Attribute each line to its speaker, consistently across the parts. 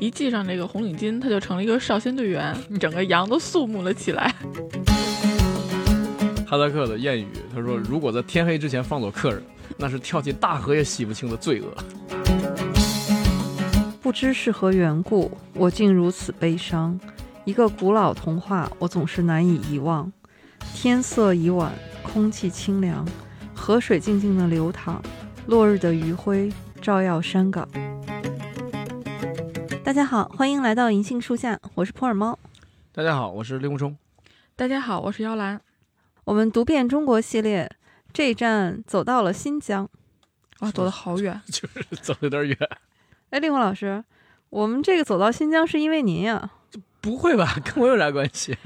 Speaker 1: 一系上这个红领巾，他就成了一个少先队员，整个羊都肃穆了起来。
Speaker 2: 哈萨克的谚语，他说：“如果在天黑之前放走客人， 那是跳进大河也洗不清的罪恶。
Speaker 3: 不知是何缘故，我竟如此悲伤。一个古老童话，我总是难以遗忘。天色已晚，空气清凉，河水静静的流淌，落日的余晖照耀山岗。大家好，欢迎来到银杏树下，我是普洱猫。”
Speaker 2: 大家好，我是令狐冲。
Speaker 1: 大家好，我是姚兰。
Speaker 3: 我们读遍中国系列这一站走到了新疆。
Speaker 1: 哇，走得好远，
Speaker 2: 走得有点远，
Speaker 3: 哎，令狐老师，我们这个走到新疆是因为您呀。
Speaker 2: 不会吧？ 跟我有啥关系？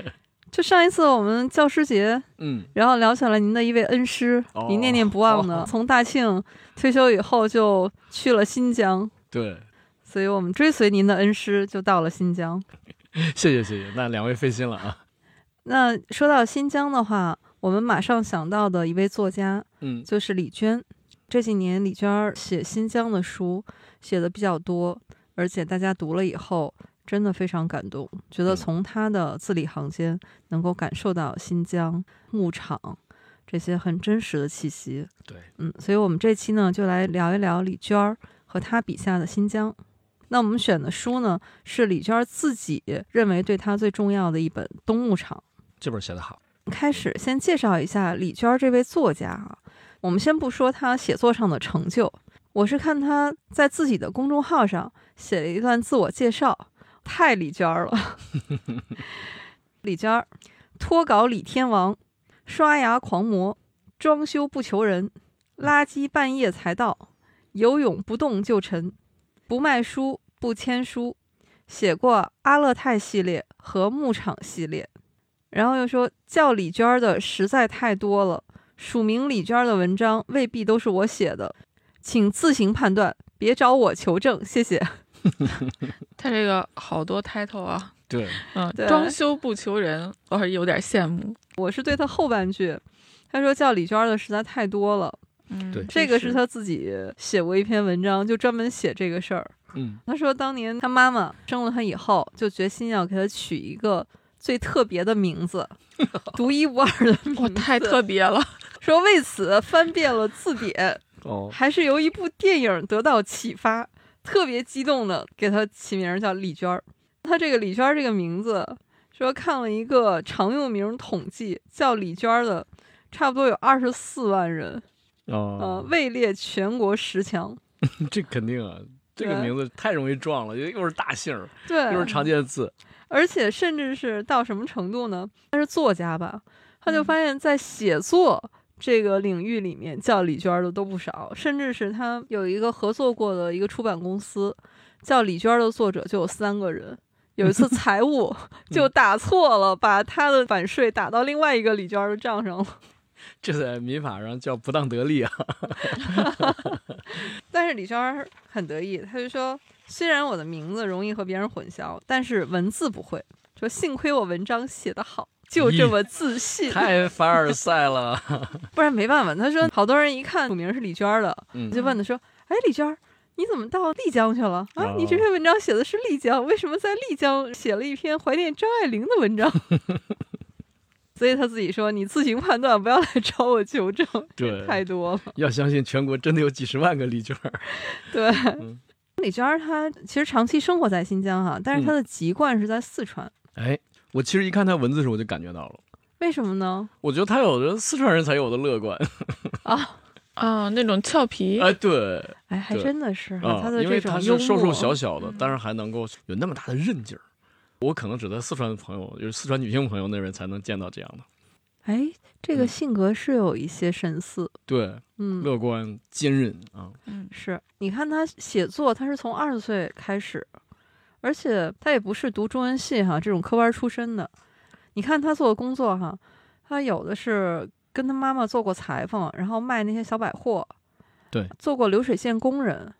Speaker 3: 就上一次我们教师节，
Speaker 2: 嗯，
Speaker 3: 然后聊起了您的一位恩师，
Speaker 2: 哦
Speaker 3: 您念念不忘的，
Speaker 2: 哦
Speaker 3: 从大庆退休以后就去了新疆，
Speaker 2: 对，
Speaker 3: 所以我们追随您的恩师就到了新疆。
Speaker 2: 谢谢谢谢，那两位费心了啊。
Speaker 3: 那说到新疆的话，我们马上想到的一位作家
Speaker 2: 嗯，
Speaker 3: 就是李娟。这几年，李娟儿写新疆的书写的比较多，而且大家读了以后真的非常感动，觉得
Speaker 2: 嗯
Speaker 3: 从她的字里行间能够感受到新疆牧场这些很真实的气息。
Speaker 2: 对，
Speaker 3: 嗯，所以我们这期呢就来聊一聊李娟儿和她笔下的新疆。那我们选的书呢是李娟儿自己认为对她最重要的一本《冬牧场》。
Speaker 2: 这本写得好。
Speaker 3: 开始先介绍一下李娟儿这位作家啊。我们先不说她写作上的成就，我是看她在自己的公众号上写了一段自我介绍，太李娟儿了。李娟儿，脱稿李天王，刷牙狂魔，装修不求人，垃圾半夜才倒，游泳不动就沉，不卖书不签书，写过阿勒泰系列和牧场系列。然后又说叫李娟儿的实在太多了，署名李娟儿的文章未必都是我写的，请自行判断，别找我求证，谢谢。
Speaker 1: 他这个好多 title 啊，
Speaker 2: 对，
Speaker 1: 嗯
Speaker 3: 对，
Speaker 1: 装修不求人，我还是有点羡慕。
Speaker 3: 我是对他后半句，他说叫李娟儿的实在太多了，
Speaker 1: 嗯，
Speaker 2: 对
Speaker 3: 这个是他自己写过一篇文章，就专门写这个事儿。
Speaker 2: 嗯，
Speaker 3: 他说当年他妈妈生了他以后，就决心要给他取一个最特别的 名字，独一无二的名字。
Speaker 1: 哇，太特别了。
Speaker 3: 说为此翻遍了字典，
Speaker 2: 哦，
Speaker 3: 还是由一部电影得到启发，特别激动的给他起名叫李娟儿。他这个李娟儿这个名字，说看了一个常用名统计，叫李娟儿的差不多有二十四万人，呃，
Speaker 2: 哦，
Speaker 3: 位列全国十强。
Speaker 2: 这肯定啊，这个
Speaker 3: 对
Speaker 2: 名字太容易撞了，又又是大姓儿，
Speaker 3: 对，
Speaker 2: 又是常见字。
Speaker 3: 而且甚至是到什么程度呢？他是作家吧，他
Speaker 2: 嗯
Speaker 3: 就发现，在写作这个领域里面，叫李娟儿的都不少，甚至是他有一个合作过的一个出版公司，叫李娟儿的作者就有三个人。有一次财 务就
Speaker 2: 嗯
Speaker 3: 打错了，把他的版税打到另外一个李娟儿的账上了。
Speaker 2: 这在民法上叫不当得利啊。
Speaker 3: 但是李娟儿很得意，他就说：“虽然我的名字容易和别人混淆，但是文字不会。说幸亏我文章写得好，就这
Speaker 2: 咦
Speaker 3: 么自信。”
Speaker 2: 太凡尔赛了。
Speaker 3: 不然没办法。他说好多人一看署名是李娟儿的，
Speaker 2: 嗯
Speaker 3: 就问他说：“哎，李娟儿，你怎么到丽江去了啊？
Speaker 2: 哦
Speaker 3: 你这篇文章写的是丽江，为什么在丽江写了一篇怀念张爱玲的文章？” 所以他自己说：“你自行判断，不要来找我求证，
Speaker 2: 对
Speaker 3: 太多了。
Speaker 2: 要相信全国真的有几十万个李娟儿。”
Speaker 3: 对。
Speaker 2: 嗯
Speaker 3: 李娟儿她其实长期生活在新疆哈、但是她的籍贯是在四川，
Speaker 2: 哎，我其实一看他文字的时候，我就感觉到了，
Speaker 3: 为什么呢？
Speaker 2: 我觉得他有着四川人才有的乐观。
Speaker 1: 啊、那种俏皮，
Speaker 2: 哎，对
Speaker 3: 哎，还
Speaker 2: 对
Speaker 3: 真的是哈、
Speaker 2: 啊
Speaker 3: 她，的
Speaker 2: 因
Speaker 3: 这
Speaker 2: 为
Speaker 3: 种
Speaker 2: 他
Speaker 3: 幽
Speaker 2: 是瘦
Speaker 3: 默嗯
Speaker 2: 瘦小小的，但是还能够有那么大的韧劲儿。我可能只在四川的朋友，就是四川女性朋友那边才能见到这样的。
Speaker 3: 哎，这个
Speaker 2: 嗯
Speaker 3: 性格是有一些神似，
Speaker 2: 对，
Speaker 3: 嗯，
Speaker 2: 乐观、坚韧啊，
Speaker 1: 嗯，
Speaker 3: 是，你看他写作，他是从二十岁开始，而且他也不是读中文系哈这种科班出身的。你看他做的工作哈，他有的是跟他妈妈做过裁缝，然后卖那些小百货，
Speaker 2: 对，
Speaker 3: 做过流水线工人，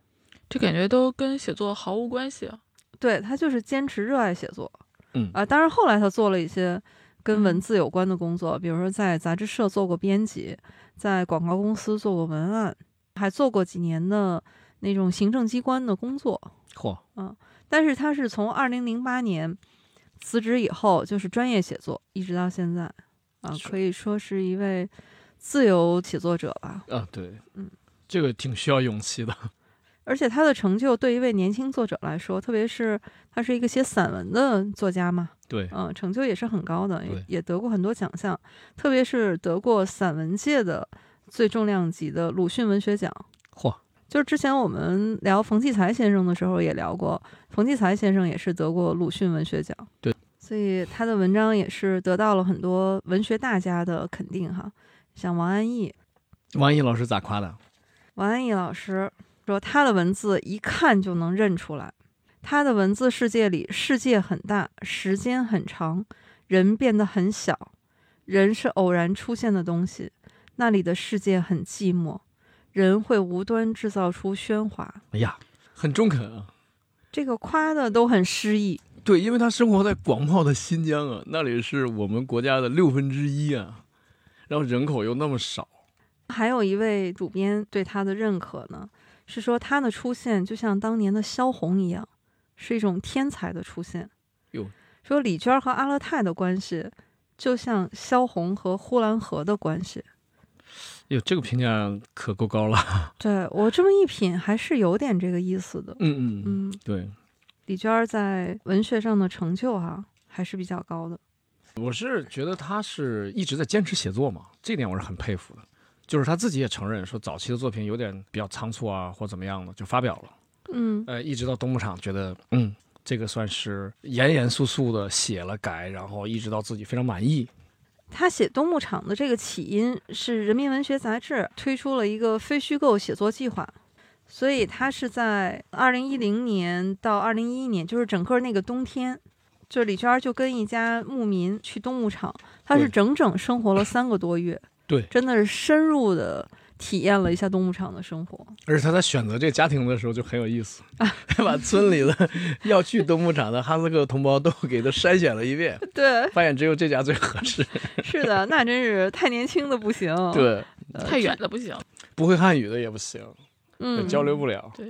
Speaker 1: 这感觉都跟写作毫无关系。
Speaker 3: 对他就是坚持热爱写作。
Speaker 2: 嗯
Speaker 3: 啊，当然后来他做了一些跟文字有关的工作，比如说在杂志社做过编辑，在广告公司做过文案，还做过几年的那种行政机关的工作，
Speaker 2: 嚯，
Speaker 3: 但是他是从二零零八年辞职以后，就是专业写作，一直到现在啊，
Speaker 2: 是
Speaker 3: 可以说是一位自由写作者吧。
Speaker 2: 啊，对，
Speaker 3: 嗯，
Speaker 2: 这个挺需要勇气的，
Speaker 3: 而且他的成就对一位年轻作者来说，特别是他是一个写散文的作家嘛，
Speaker 2: 对，
Speaker 3: 嗯、成就也是很高的，
Speaker 2: 对
Speaker 3: 也也得过很多奖项，特别是得过散文界的最重量级的鲁迅文学奖。
Speaker 2: 嚯，
Speaker 3: 就是之前我们聊冯骥才先生的时候也聊过，冯骥才先生也是得过鲁迅文学奖，
Speaker 2: 对，
Speaker 3: 所以他的文章也是得到了很多文学大家的肯定哈，像王安忆，
Speaker 2: 王毅老师咋夸的？
Speaker 3: 王安忆老师说，他的文字一看就能认出来，他的文字世界里，世界很大，时间很长，人变得很小，人是偶然出现的东西，那里的世界很寂寞，人会无端制造出喧哗。
Speaker 2: 哎呀，很中肯啊。
Speaker 3: 这个夸的都很诗意，
Speaker 2: 对，因为他生活在广袤的新疆啊，那里是我们国家的六分之一啊，然后人口又那么少，
Speaker 3: 还有一位主编对他的认可呢，是说他的出现就像当年的萧红一样，是一种天才的出现。
Speaker 2: 哟，
Speaker 3: 说李娟儿和阿勒泰的关系，就像萧红和呼兰河的关系。
Speaker 2: 哟，这个评价可够高了。
Speaker 3: 对我这么一品，还是有点这个意思的。
Speaker 2: 嗯嗯，
Speaker 3: 嗯，
Speaker 2: 对，
Speaker 3: 李娟儿在文学上的成就哈、还是比较高的。
Speaker 2: 我是觉得他是一直在坚持写作嘛，这点我是很佩服的。就是他自己也承认说，早期的作品有点比较仓促啊，或怎么样的就发表了。
Speaker 3: 嗯，
Speaker 2: 呃，一直到东牧场，觉得嗯，这个算是严严肃肃的写了改，然后一直到自己非常满意。
Speaker 3: 他写《东牧场》的这个起因是《人民文学杂志》推出了一个非虚构写作计划，所以他是在二零一零年到二零一一年，就是整个那个冬天，就李娟儿就跟一家牧民去东牧场，他是
Speaker 2: 对
Speaker 3: 整整生活了三个多月，
Speaker 2: 对
Speaker 3: 真的是深入的体验了一下东牧场的生活。
Speaker 2: 而且他在选择这个家庭的时候就很有意思，他把村里的要去东牧场的哈萨克同胞都给他筛选了一遍，
Speaker 3: 对，
Speaker 2: 发现只有这家最合适。
Speaker 3: 是的，那真是太年轻的不行，，
Speaker 2: 对，
Speaker 1: 太远的不行。
Speaker 2: 不会汉语的也不行，
Speaker 3: 嗯，
Speaker 2: 交流不了。
Speaker 1: 对，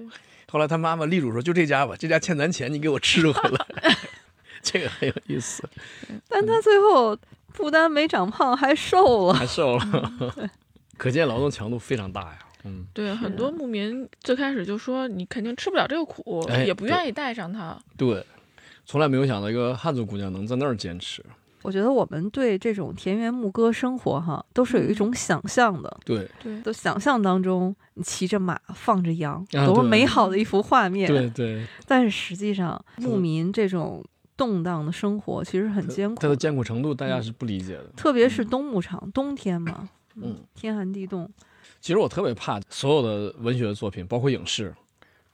Speaker 2: 后来他妈妈力主说：“就这家吧，这家欠咱钱，你给我吃回来。” 这个很有意思，
Speaker 3: 嗯但他最后不但没长胖，还瘦了。
Speaker 2: 还瘦了， 可见劳动强度非常大呀。嗯，
Speaker 1: 对，很
Speaker 3: 的
Speaker 1: 多牧民最开始就说你肯定吃不了这个苦，
Speaker 2: 哎
Speaker 1: 也不愿意带上它。
Speaker 2: 对，从来没有想到一个汉族姑娘能在那儿坚持。
Speaker 3: 我觉得我们对这种田园牧歌生活哈，都是有
Speaker 2: 嗯
Speaker 3: 一种想象的，
Speaker 2: 对，
Speaker 1: 对，
Speaker 3: 都想象当中你骑着马放着羊，
Speaker 2: 啊
Speaker 3: 多么
Speaker 2: 对
Speaker 3: 美好的一幅画面。
Speaker 2: 对嗯对，
Speaker 3: 但是实际上，
Speaker 2: 是
Speaker 3: 牧民这种动荡的生活其实很艰
Speaker 2: 她
Speaker 3: 苦
Speaker 2: 的
Speaker 3: 的，
Speaker 2: 艰苦程度大家是不理解的。
Speaker 3: 特别是冬牧场，冬天嘛，
Speaker 2: 嗯，
Speaker 3: 天寒地冻。
Speaker 2: 其实我特别怕所有的文学作品，包括影视，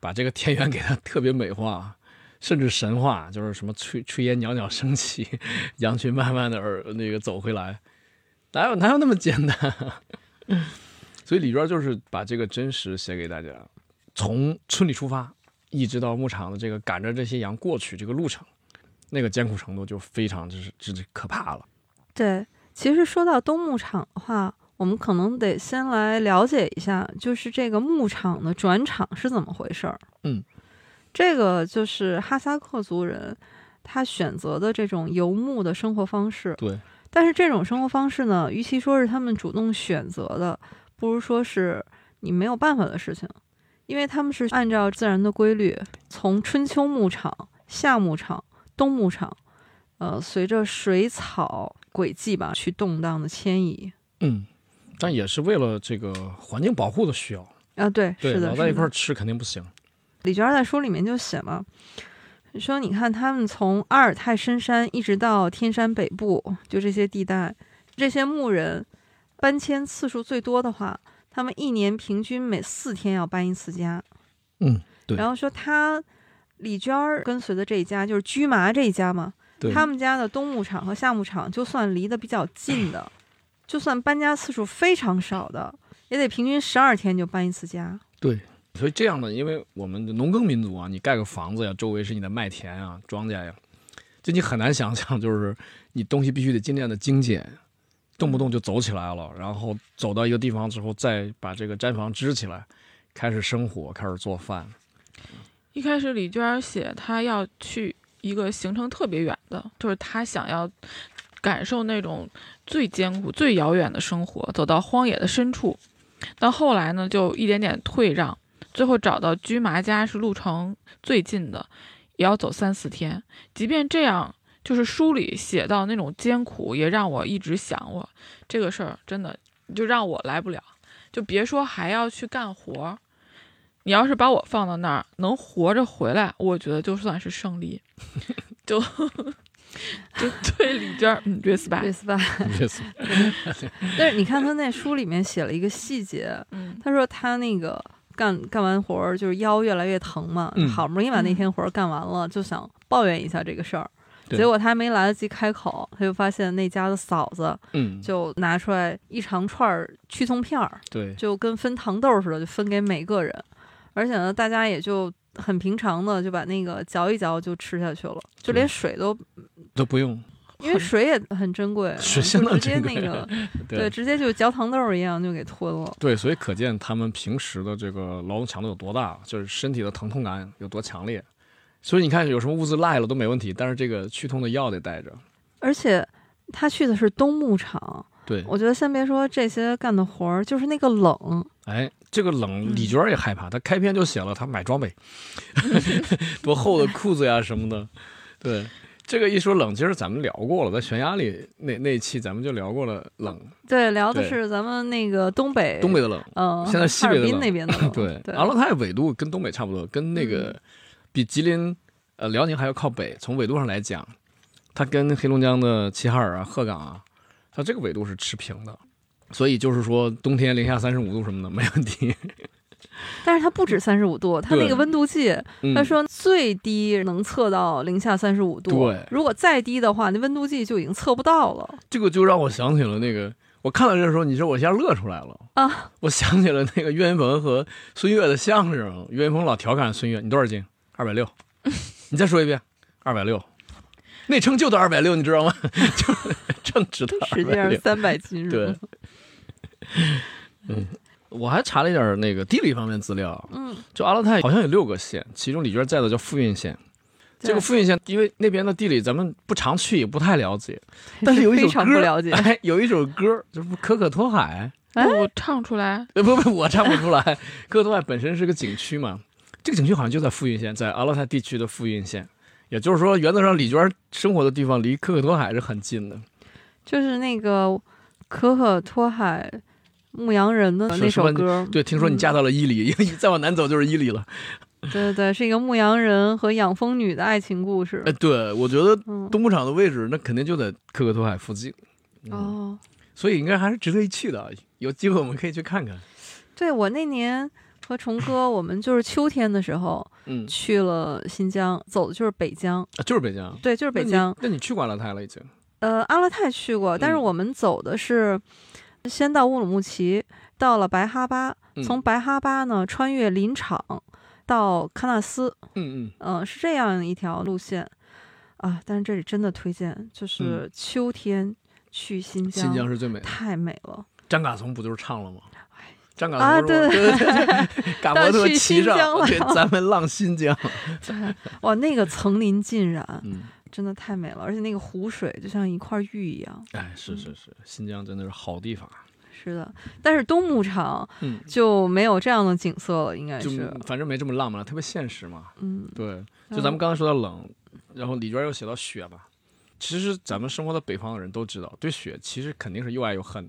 Speaker 2: 把这个田园给它特别美化，甚至神话，就是什么炊炊烟袅袅升起， 羊群慢慢的而那个走回来，哪有哪有那么简单、 所以李娟就是把这个真实写给大家，从村里出发，一直到牧场的这个赶着这些羊过去这个路程，那个艰苦程度就非常之之之可怕了。
Speaker 3: 对，其实说到冬牧场的话，我们可能得先来了解一下，就是这个牧场的转场是怎么回事儿。
Speaker 2: 嗯，
Speaker 3: 这个就是哈萨克族人他选择的这种游牧的生活方式，
Speaker 2: 对，
Speaker 3: 但是这种生活方式呢，与其说是他们主动选择的，不如说是你没有办法的事情，因为他们是按照自然的规律，从春秋牧场、夏牧场、冬牧场。呃，随着水草轨迹吧，去动荡的迁移。
Speaker 2: 嗯，但也是为了这个环境保护的需要。
Speaker 3: 啊，对，
Speaker 2: 对，
Speaker 3: 是的，
Speaker 2: 老
Speaker 3: 是
Speaker 2: 在一块
Speaker 3: 的
Speaker 2: 儿吃肯定不行。
Speaker 3: 李娟儿在书里面就写嘛，说你看他们从阿尔泰深山一直到天山北部，就这些地带，这些牧人搬迁次数最多的话，他们一年平均每四天要搬一次家。
Speaker 2: 嗯，对
Speaker 3: 然后说他李娟儿跟随的这一家就是驹麻这一家嘛，
Speaker 2: 对，
Speaker 3: 他们家的冬牧场和夏牧场，就算离得比较近的，就算搬家次数非常少的，也得平均十二天就搬一次家。
Speaker 2: 所以这样的，因为我们的农耕民族啊，你盖个房子呀，周围是你的麦田啊、庄稼呀，就你很难想象，就是你东西必须得尽量的精简，动不动就走起来了，然后走到一个地方之后，再把这个毡房支起来，开始生火，开始做 饭。
Speaker 1: 一开始李娟儿写她要去一个行程特别远的，就是她想要感受那种最艰苦、最遥远的生活，走到荒野的深处。到后来呢，就一点点退让，最后找到居麻家是路程最近的，也要走三四天。即便这样，就是书里写到那种艰苦，也让我一直想我这个事儿，真的就让我来不了，就别说还要去干活儿。你要是把我放到那儿，能活着回来，我觉得就算是胜利。就就对李娟儿，嗯
Speaker 3: 瑞
Speaker 1: ，respect，
Speaker 3: 斯吧。
Speaker 2: 意思
Speaker 3: 但是你看他那书里面写了一个细节，
Speaker 1: 嗯，
Speaker 3: 他说他那个干干完活儿就是腰越来越疼嘛，
Speaker 2: 嗯
Speaker 3: 好不容易把那天活儿干完了，就想抱怨一下这个事儿。
Speaker 2: 对
Speaker 3: 结果他还没来得及开口，他就发现那家的嫂子
Speaker 2: 嗯，
Speaker 3: 就拿出来一长串儿驱虫片儿，
Speaker 2: 对，
Speaker 3: 就跟分糖豆似的，就分给每个人。而且呢，大家也就很平常的就把那个嚼一嚼就吃下去了，就连水都，
Speaker 2: 都不用。
Speaker 3: 因为水也很珍贵，啊
Speaker 2: 水
Speaker 3: 就
Speaker 2: 相当
Speaker 3: 直接
Speaker 2: 珍贵
Speaker 3: 那个
Speaker 2: 对
Speaker 3: 直接就嚼糖豆一样就给吞了。
Speaker 2: 对，所以可见他们平时的这个劳动强度有多大，就是身体的疼痛感有多强烈。所以你看，有什么物资赖了都没问题，但是这个去痛的药得带着。
Speaker 3: 而且他去的是冬牧场，
Speaker 2: 对，
Speaker 3: 我觉得先别说这些干的活儿，就是那个冷，
Speaker 2: 哎，这个冷，
Speaker 1: 嗯
Speaker 2: 李娟儿也害怕，她开篇就写了她买装备，多厚的裤子呀什么的。对，这个一说冷，其实咱们聊过了，在悬崖里那那一期咱们就聊过了冷，
Speaker 3: 对，聊的
Speaker 2: 对
Speaker 3: 是咱们那个东北，
Speaker 2: 东北，的冷。
Speaker 3: 嗯、
Speaker 2: 现在西
Speaker 3: 哈
Speaker 2: 北
Speaker 3: 尔
Speaker 2: 的
Speaker 3: 滨
Speaker 2: 冷
Speaker 3: 那边的冷，
Speaker 2: 对，
Speaker 3: 嗯对，
Speaker 2: 阿勒泰纬度跟东北差不多，跟那个比吉林、呃辽宁还要靠北。从纬度上来讲，它跟黑龙江的齐哈尔啊、鹤岗啊，它这个纬度是持平的。所以就是说，冬天零下三十五度什么的没问题。
Speaker 3: 但是它不止三十五度，它那
Speaker 2: 对
Speaker 3: 个温度计，
Speaker 2: 嗯、
Speaker 3: 他说最低能测到零下三十五度，
Speaker 2: 对
Speaker 3: 如果再低的话，那温度计就已经测不到 了。
Speaker 2: 这个就让我想起了那个，我看到这时候，你说我一下乐出来了
Speaker 3: 啊！
Speaker 2: 我想起了那个岳云鹏和孙越的相声，岳云鹏老调侃孙越：“你多少斤？二百 六。你再说一遍，二百六。那称就到二百六，你知道吗？ 就称值到
Speaker 3: 实
Speaker 2: 二
Speaker 3: 际
Speaker 2: 百
Speaker 3: 上
Speaker 2: 六。
Speaker 3: 三 百斤
Speaker 2: 对
Speaker 3: 是吗？
Speaker 2: 我还查了一点那个地理方面资料，啊
Speaker 3: 嗯，
Speaker 2: 就阿勒泰好像有六个县，其中李娟在的叫富蕴县。
Speaker 3: 对
Speaker 2: 这个富蕴县，因为那边的地理咱们不常去，也不太了解。但是有一首
Speaker 3: 非
Speaker 2: 歌
Speaker 3: 常不了解。
Speaker 2: 哎，有一首歌，就是《可可托海》。
Speaker 1: 那我唱出来，
Speaker 2: 呃，不不，我唱不出来。哥德外本身是个景区嘛，这个景区好像就在富蕴县，在阿勒泰地区的富蕴县。也就是说，原则上李娟生活的地方离可可托海是很近的。
Speaker 3: 就是那个可可托海牧羊人的
Speaker 2: 是
Speaker 3: 那
Speaker 2: 是吧
Speaker 3: 首歌，
Speaker 2: 对，听说你嫁到了伊犁，因为再往南走就是伊犁了。
Speaker 3: 对对对，是一个牧羊人和养蜂女的爱情故事
Speaker 2: 哎，。对，我觉得
Speaker 3: 嗯，
Speaker 2: 东牧场的位置那肯定就在可可托海附近，
Speaker 3: 哦，
Speaker 2: 所以应该还是值得一去的。啊有机会我们可以去看看。
Speaker 3: 对我那年和虫哥，我们就是秋天的时候
Speaker 2: 嗯，
Speaker 3: 去了新疆，走的就是北疆，
Speaker 2: 啊就是北疆，
Speaker 3: 对，就是北
Speaker 2: 那你
Speaker 3: 疆。
Speaker 2: 那你去过阿勒泰了已经？
Speaker 3: 呃，阿勒泰去过，但是
Speaker 2: 嗯
Speaker 3: 我们走的是先到乌鲁木齐，到了白哈巴，
Speaker 2: 嗯
Speaker 3: 从白哈巴呢穿越林场到喀纳斯，
Speaker 2: 嗯嗯，
Speaker 3: 嗯、是这样一条路线啊。但是这里真的推荐，就是秋天去新疆，
Speaker 2: 嗯新疆是最美的。
Speaker 3: 太美了。
Speaker 2: 张嘎怂不就是唱了吗？张嘎
Speaker 3: 啊
Speaker 2: 怂说
Speaker 3: 对
Speaker 2: 对对对，嘎摩托骑上
Speaker 3: 到，去
Speaker 2: 对
Speaker 3: 新疆，了
Speaker 2: 咱们浪新 疆。
Speaker 3: 哇，那个层林尽染，
Speaker 2: 嗯，
Speaker 3: 真的太美了，而且那个湖水就像一块玉一样。
Speaker 2: 哎，是是是，新疆真的是好地方。啊
Speaker 3: 是的，但是冬牧场
Speaker 2: 嗯，
Speaker 3: 就没有这样的景色了，应该，
Speaker 2: 就是反正没这么浪漫了，特别现实嘛。
Speaker 3: 嗯，
Speaker 2: 对，
Speaker 3: 哎嗯
Speaker 2: 就咱们刚才说到冷，然后里边又写到雪嘛。其实咱们生活在北方的人都知道，对雪其实肯定是又爱又恨。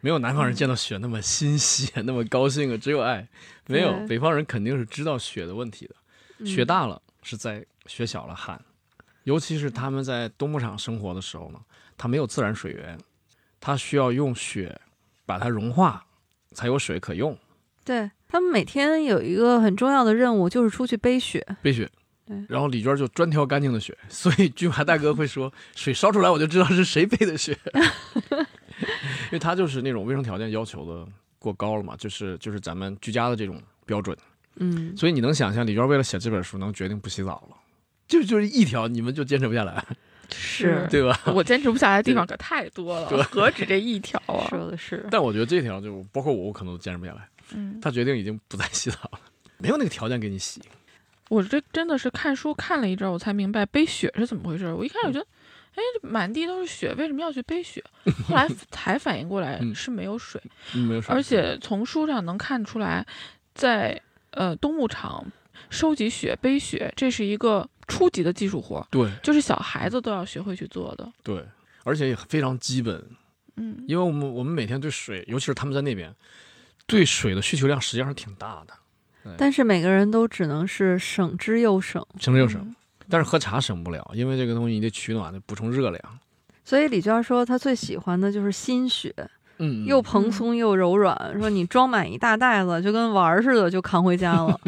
Speaker 2: 没有南
Speaker 3: 嗯
Speaker 2: 方人见到雪那么欣喜， 那么高兴啊，只有爱。没有
Speaker 3: 对
Speaker 2: 北方人肯定是知道雪的问题的。
Speaker 3: 嗯
Speaker 2: 雪大了是在，雪小了旱。尤其是他们在冬牧场生活的时候呢，它没有自然水源，它需要用雪把它融化，才有水可用。
Speaker 3: 对他们每天有一个很重要的任务，就是出去背雪。
Speaker 2: 背雪
Speaker 3: 啊对。
Speaker 2: 然后李娟就专挑干净的雪，所以巨马大哥会说：“水烧出来我就知道是谁背的雪。” 因为他就是那种卫生条件要求的过高了嘛，就是就是咱们居家的这种标准。
Speaker 3: 嗯，
Speaker 2: 所以你能想象李娟为了写这本书能决定不洗澡了，就就是一条你们就坚持不下来，
Speaker 3: 是
Speaker 2: 对吧？
Speaker 1: 我坚持不下来的地 方可太多了，何止这一条啊！
Speaker 3: 说的是，
Speaker 2: 但我觉得这条就包括我，我可能都坚持不下来。
Speaker 1: 嗯，
Speaker 2: 他决定已经不再洗澡了，没有那个条件给你洗。
Speaker 1: 我这真的是看书看了一阵儿，我才明白背雪是怎么回事儿。我一
Speaker 2: 嗯
Speaker 1: 开始觉得，哎，这满地都是雪，为什么要去背 雪？后来才反应过来
Speaker 2: 嗯
Speaker 1: 是没有水，
Speaker 2: 嗯没有水，
Speaker 1: 而且从书上能看出来，在呃冬牧场收集雪、背雪，这是一个初级的技术活儿，
Speaker 2: 对
Speaker 1: 就是小孩子都要学会去做的。
Speaker 2: 对，而且也非常基本，
Speaker 1: 嗯，
Speaker 2: 因为我们我们每天对水，尤其是他们在那边，对水的需求量实际上是挺大的，
Speaker 3: 但是每个人都只能是省之又省，
Speaker 2: 省着又省。
Speaker 1: 嗯
Speaker 2: 但是喝茶省不了，因为这个东西你得取暖，得补充热量。
Speaker 3: 所以李娟说她最喜欢的就是新雪，
Speaker 2: 嗯，
Speaker 3: 又蓬松又柔软，说你装满一大袋子就跟玩儿似的就扛回家 了，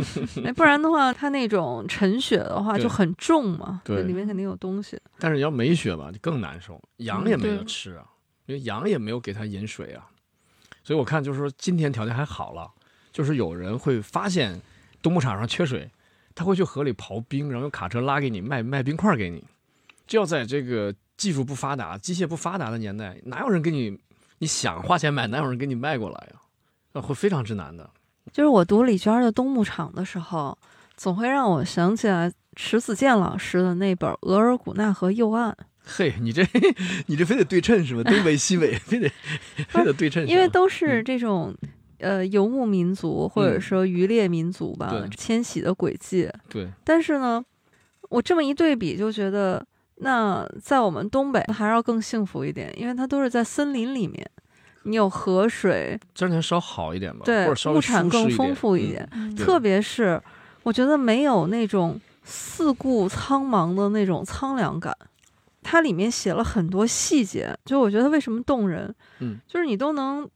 Speaker 3: 哎，不然的话它那种沉雪的话
Speaker 2: 对
Speaker 3: 就很重嘛，
Speaker 2: 对
Speaker 3: 就里面肯定有东西。
Speaker 2: 但是你要没雪吧，就更难受。羊也没
Speaker 1: 嗯
Speaker 2: 得
Speaker 1: 对
Speaker 2: 吃啊，因为羊也没有给它饮水啊。所以我看就是说，今天条件还好了，就是有人会发现冬牧场上缺水，他会去河里刨冰，然后用卡车拉给你卖卖冰块给你。这要在这个技术不发达、机械不发达的年代，哪有人给你你想花钱买，哪有人给你卖过来呀、啊？会非常之难的。
Speaker 3: 就是我读李娟儿的《冬牧场》的时候，总会让我想起来迟子健老师的那本《额尔古纳河右岸
Speaker 2: 嘿，你这 你这非得对称是吧？东北西北 非得非得对称》，是吧，
Speaker 3: 因为都
Speaker 2: 嗯
Speaker 3: 是这种。呃，游牧民族或者说渔猎民族吧，
Speaker 2: 对
Speaker 3: 迁徙的轨迹。
Speaker 2: 对
Speaker 3: 但是呢，我这么一对比，就觉得那在我们东北还要更幸福一点，因为它都是在森林里面，你有河水，
Speaker 2: 这两天稍好一点吧，
Speaker 3: 对
Speaker 2: 或者，稍微
Speaker 3: 物产
Speaker 2: 舒适
Speaker 3: 更
Speaker 2: 一
Speaker 3: 丰富一点。。
Speaker 1: 嗯
Speaker 2: 对
Speaker 3: 特别是我觉得没有那种四顾苍茫的那种苍凉感。它里面写了很多细节，就我觉得为什么动人，
Speaker 2: 嗯，
Speaker 3: 就是你都能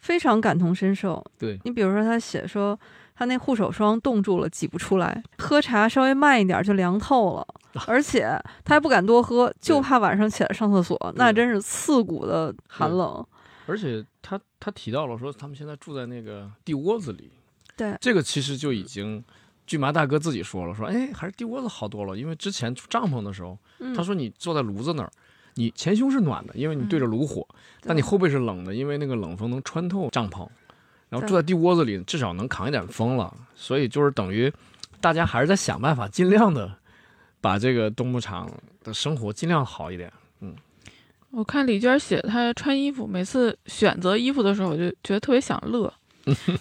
Speaker 3: 非常感同身受。
Speaker 2: 对
Speaker 3: 你比如说，他写说他那护手霜冻住了，挤不出来，喝茶稍微慢一点就凉透了，
Speaker 2: 啊
Speaker 3: 而且他还不敢多喝，就怕晚上起来上厕所，
Speaker 2: 嗯
Speaker 3: 那真是刺骨的寒冷。
Speaker 2: 而且他他提到了说，他们现在住在那个地窝子里，
Speaker 3: 对
Speaker 2: 这个其实就已经，巨麻大哥自己说了，说哎，还是地窝子好多了，因为之前住帐篷的时候，
Speaker 3: 嗯，
Speaker 2: 他说你坐在炉子那儿。你前胸是暖的，因为你对着炉
Speaker 3: 嗯
Speaker 2: 火，但你后背是冷的，因为那个冷风能穿透帐篷。然后
Speaker 3: 对
Speaker 2: 住在地窝子里，至少能扛一点风了。所以就是等于，大家还是在想办法，尽量的把这个冬牧场的生活尽量好一点。
Speaker 1: 我看李娟写她穿衣服，每次选择衣服的时候，我就觉得特别想乐，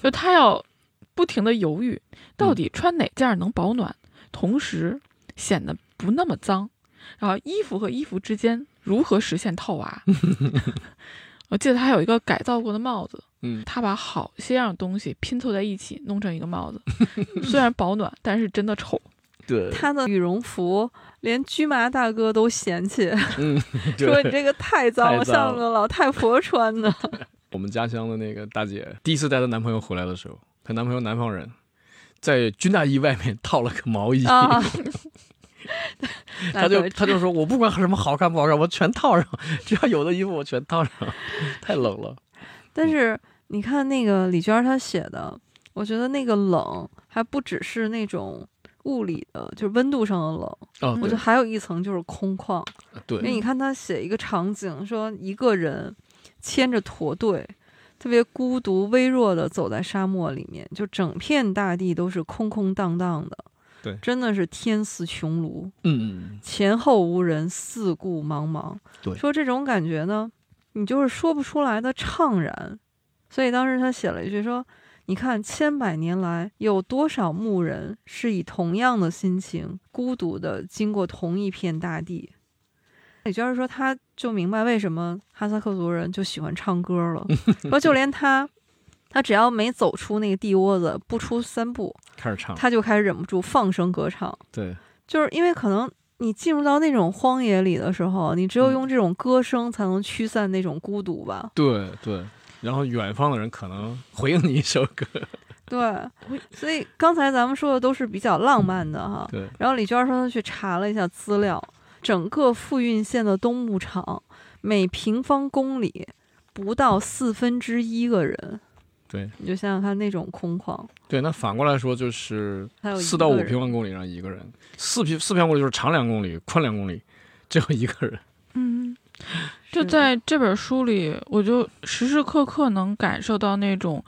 Speaker 1: 就她要不停的犹豫，到底穿哪件能保暖，同时显得不那么脏，然后衣服和衣服之间如何实现套娃。我记得她还有一个改造过的帽子，
Speaker 2: 嗯
Speaker 1: 她把好些样东西拼凑在一起，弄成一个帽子，虽然保暖，但是真的丑。
Speaker 2: 对
Speaker 3: 他的羽绒服连驹麻大哥都嫌弃，说
Speaker 2: 对。
Speaker 3: 你这个太脏了，
Speaker 2: 太脏
Speaker 3: 像个老 太婆穿的。
Speaker 2: 我们家乡的那个大姐，第一次带她男朋友回来的时候，她男朋友南方人，在军大衣外面套了个毛衣，，
Speaker 3: 啊
Speaker 2: 她 就她就说：“我不管什么好看不好看，我全套上， 只要有的衣服我全套上。” 太冷了，
Speaker 3: 但是你看那个李娟儿她写的，我觉得那个冷还不只是那种物理的，就是温度上的冷，
Speaker 2: 哦，
Speaker 1: 嗯
Speaker 3: 我觉得还有一层就是空旷。
Speaker 2: 对
Speaker 3: 因为
Speaker 2: 对
Speaker 3: 你看她写一个场景，说一个人牵着驼队。特别孤独、微弱的走在沙漠里面，就整片大地都是空空荡荡的，
Speaker 2: 对
Speaker 3: 真的是天似穹庐。
Speaker 2: 嗯嗯
Speaker 3: 前后无人，四顾茫茫。
Speaker 2: 对
Speaker 3: 说这种感觉呢，你就是说不出来的怅然。所以当时他写了一句说：“你看，千百年来，有多少牧人是以同样的心情，孤独的经过同一片大地。”也就是说，他就明白为什么哈萨克族人就喜欢唱歌了。说就连他，他只要没走出那个地窝子，不出三步，
Speaker 2: 嗯，开始唱，
Speaker 3: 他就开始忍不住放声歌唱。
Speaker 2: 对
Speaker 3: 就是因为可能你进入到那种荒野里的时候，你只
Speaker 2: 嗯
Speaker 3: 有用这种歌声才能驱散那种孤独吧。
Speaker 2: 对对。然后远方的人可能回应你一首歌，
Speaker 3: 对，所以刚才咱们说的都是比较浪漫的哈。
Speaker 2: 对，
Speaker 3: 然后李娟说她去查了一下资料，整个富蕴县的冬牧场每平方公里不到四分之一个人。
Speaker 2: 对，
Speaker 3: 你就想想看那种空旷，
Speaker 2: 对。那反过来说，就是
Speaker 3: 还有一
Speaker 2: 四到五
Speaker 3: 个人
Speaker 2: 平方公里上一个人，四平四平方公里就是长两公里，宽两公里，只有一个人。
Speaker 1: 嗯，就是
Speaker 3: 的
Speaker 1: 在这本书里，我就时时刻刻能感受到那种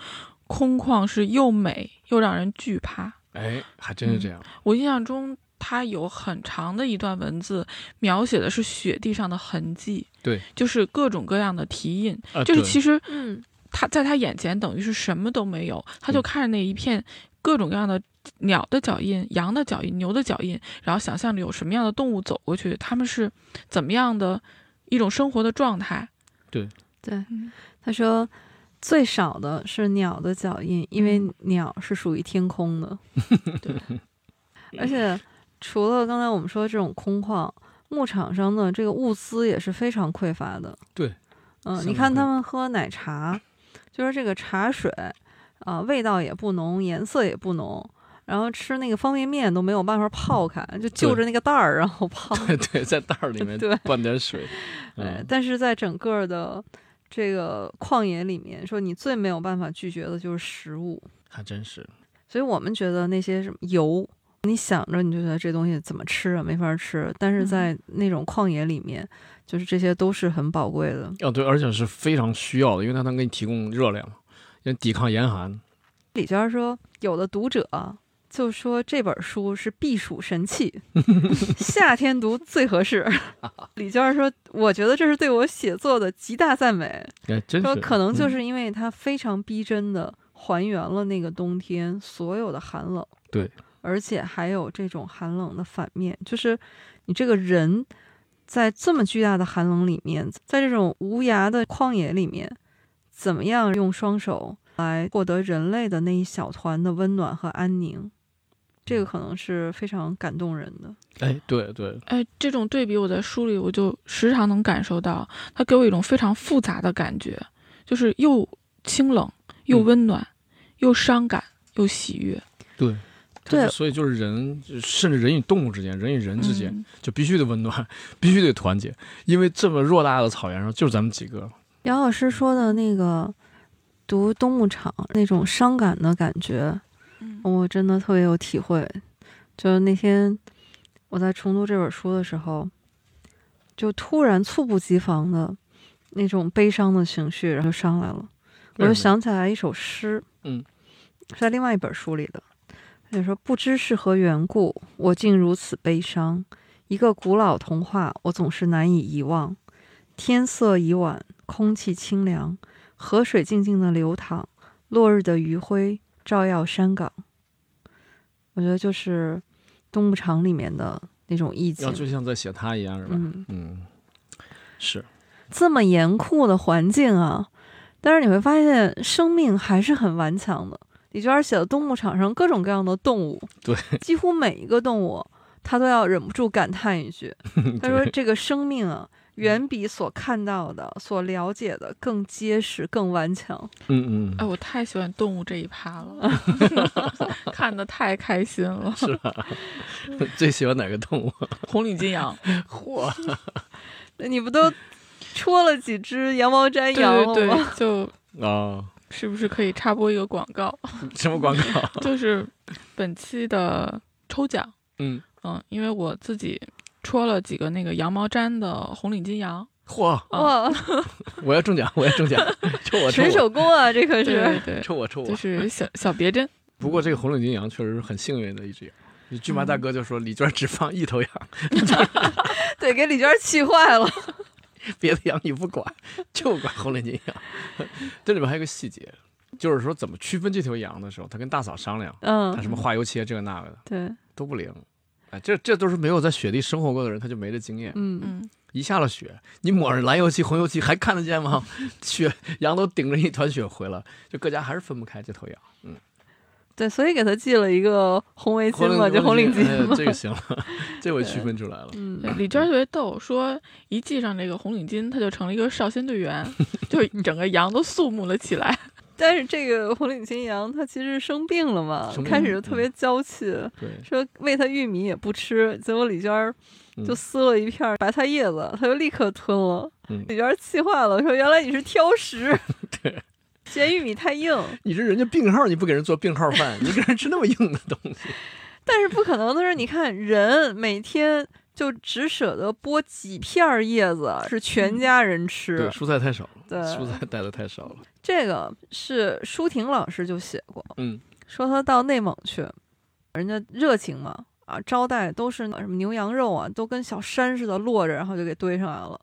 Speaker 1: 空旷是又美又让人惧怕。
Speaker 2: 哎，还真是这
Speaker 3: 嗯
Speaker 2: 样。
Speaker 1: 我印象中，它有很长的一段文字，描写的是雪地上的痕迹，
Speaker 2: 对，
Speaker 1: 就是各种各样的蹄印，
Speaker 2: 啊，
Speaker 1: 就是
Speaker 2: 对
Speaker 1: 其实
Speaker 3: 嗯，
Speaker 1: 他在他眼前等于是什么都没有，他
Speaker 2: 嗯
Speaker 1: 就看着那一片各种各样的鸟的脚印、羊的脚印、牛的脚印，然后想象着有什么样的动物走过去，他们是怎么样的一种生活的状态。
Speaker 3: 对
Speaker 1: 嗯。
Speaker 3: 他说最少的是鸟的脚印，因为
Speaker 2: 嗯
Speaker 3: 鸟是属于天 空的。
Speaker 1: 对，
Speaker 3: 而且除了刚才我们说这种空旷，牧场上的这个物资也是非常匮乏的。
Speaker 2: 对，
Speaker 3: 嗯、
Speaker 2: 相
Speaker 3: 你
Speaker 2: 当
Speaker 3: 看他
Speaker 2: 匮
Speaker 3: 们喝奶茶，就是这个茶水啊、味道也不浓，颜色也不浓。然后吃那个方便面都没有办法泡开，就就着那个袋儿然后泡。
Speaker 2: 对，在袋儿里面
Speaker 3: 对
Speaker 2: 灌点水，
Speaker 3: 哎
Speaker 2: 嗯，，
Speaker 3: 但是在整个的这个旷野里面，说你最没有办法拒绝的就是食物。
Speaker 2: 还真是。
Speaker 3: 所以我们觉得那些什么油，你想着你就觉得这东西怎么吃啊，没法吃。但是在那种旷野里面，就是这些都是很宝贵的。
Speaker 2: 哦，对，而且是非常需要的，因为它能给你提供热量嘛，因为抵抗严寒。
Speaker 3: 李娟儿说，有的读者啊就说这本书是避暑神器，夏天读最合适。 李娟儿说，我觉得这是对我写作的极大赞美。
Speaker 2: 哎，真
Speaker 3: 说
Speaker 2: 是
Speaker 3: 可能就
Speaker 2: 嗯
Speaker 3: 是因为它非常逼真的还原了那个冬天所有的寒冷，
Speaker 2: 对，
Speaker 3: 而且还有这种寒冷的反面，就是你这个人在这么巨大的寒冷里面，在这种无涯的旷野里面，怎么样用双手来获得人类的那一小团的温暖和安宁，这
Speaker 2: 嗯
Speaker 3: 个可能是非常感动人的。
Speaker 2: 哎，对对，
Speaker 1: 哎，这种对比我在书里我就时常能感受到，它给我一种非常复杂的感觉，就是又清冷又
Speaker 2: 嗯
Speaker 1: 温暖，又伤感又喜悦。
Speaker 2: 它是
Speaker 3: 对
Speaker 2: 所以就是人，甚至人与动物之间，人与人之间、
Speaker 1: 嗯
Speaker 2: 就必须得温暖，必须得团结，因为这么偌大的草原上就是咱们几个。
Speaker 3: 杨老师说的那个读冬牧场那种伤感的感觉，
Speaker 1: 嗯
Speaker 3: 我真的特别有体会。就是那天我在重读这本书的时候，就突然猝不及防的那种悲伤的情绪，然后就上来了。我
Speaker 2: 为什
Speaker 3: 就
Speaker 2: 么
Speaker 3: 想起来一首诗，
Speaker 2: 嗯，
Speaker 3: 是在另外一本书里的。他就说：“不知是何缘故，我竟如此悲伤。一个古老童话，我总是难以遗忘。天色已晚，空气清凉，河水静静的流淌，落日的余晖照耀山岗。”我觉得就是《东牧场》里面的那种意
Speaker 2: 要
Speaker 3: 境。
Speaker 2: 就像在写他一样，是吧？嗯，
Speaker 3: 嗯，
Speaker 2: 是，
Speaker 3: 这么严酷的环境啊，但是你会发现生命还是很顽强的。李娟儿写的冬牧场上各种各样的动物，
Speaker 2: 对，
Speaker 3: 几乎每一个动物，她都要忍不住感叹 一句：“她说这个生命
Speaker 2: 嗯
Speaker 3: 啊，远比所看到的、所了解的更结实、更顽强。
Speaker 2: 嗯
Speaker 1: 哎，
Speaker 2: 嗯，
Speaker 1: 我太喜欢动物这一趴了，看的太开心了。
Speaker 2: 嗯最喜欢哪个动物？
Speaker 1: 红领巾羊，
Speaker 2: 嚯，”
Speaker 3: 你不都戳了几只羊毛毡
Speaker 1: 对
Speaker 3: 羊了吗？
Speaker 1: 对对，就
Speaker 2: 啊，
Speaker 1: 是不是可以插播一个广告？
Speaker 2: 什么广告？
Speaker 1: 就是本期的抽奖，
Speaker 2: 嗯，
Speaker 1: 嗯，因为我自己戳了几个那个羊毛毡的红领巾羊，
Speaker 2: 嚯，
Speaker 1: 啊
Speaker 3: 哇，
Speaker 2: 我要中奖，我要中奖，抽我，抽
Speaker 3: 纯
Speaker 2: 我，
Speaker 3: 手工啊，这可
Speaker 1: 对对
Speaker 3: 是。
Speaker 1: 对，
Speaker 2: 抽我，抽我
Speaker 1: 就。是小小别针，
Speaker 2: 不过这个红领巾羊确实是很幸运的一只羊。巨麻大哥就说李娟只放一头羊，
Speaker 3: 对，给李娟儿气坏了。
Speaker 2: 别的羊你不管，就管红领巾羊。 这里边还有个细节，就是说怎么区分这头羊的时候，他跟大嫂商量，他
Speaker 3: 嗯，
Speaker 2: 什么化油切这个那个的
Speaker 3: 对，
Speaker 2: 都不灵。哎，这这都是没有在雪地生活过的人，他就没这经验。
Speaker 3: 嗯
Speaker 1: 嗯，
Speaker 2: 一下了雪，你抹上蓝油漆、红油漆还看得见吗？ 雪羊都顶着一团雪回来，就各家还是分不开这头羊。
Speaker 3: 对，所以给他系了一个红围巾嘛，就红领巾
Speaker 2: 哎
Speaker 3: 嘛。
Speaker 2: 这个行了，这回区分出来 了。
Speaker 3: 嗯
Speaker 1: 哎对，李娟儿特别逗，说一系上这个红领巾，她就成了一个少先队员，就是整个羊都肃穆了起来。
Speaker 3: 但是这个红领巾羊它其实生病了嘛
Speaker 2: 生，病嗯
Speaker 3: 开
Speaker 2: 了
Speaker 3: 始就特别娇气，
Speaker 2: 对，
Speaker 3: 说喂它玉米也不吃，结果李娟儿就
Speaker 2: 嗯
Speaker 3: 撕了一片白菜叶子，它就立刻吞了。
Speaker 2: 嗯
Speaker 3: 李娟儿气坏了，说原来你是挑食，
Speaker 2: 对，
Speaker 3: 嫌玉米太硬，
Speaker 2: 你这人家病号，你不给人做病号 饭，你给人吃那么硬的东西，
Speaker 3: 但是不可能的是，你看人每天。就只舍得剥几片儿叶子，是全家人
Speaker 2: 嗯对，
Speaker 3: 吃。
Speaker 2: 蔬菜太少了，
Speaker 3: 对
Speaker 2: 蔬菜带的太少了。
Speaker 3: 这个是舒婷老师就写过，
Speaker 2: 嗯
Speaker 3: 说他到内蒙去，人家热情嘛，啊，招待都是什么牛羊肉啊，都跟小山似的落着，然后就给堆上来了。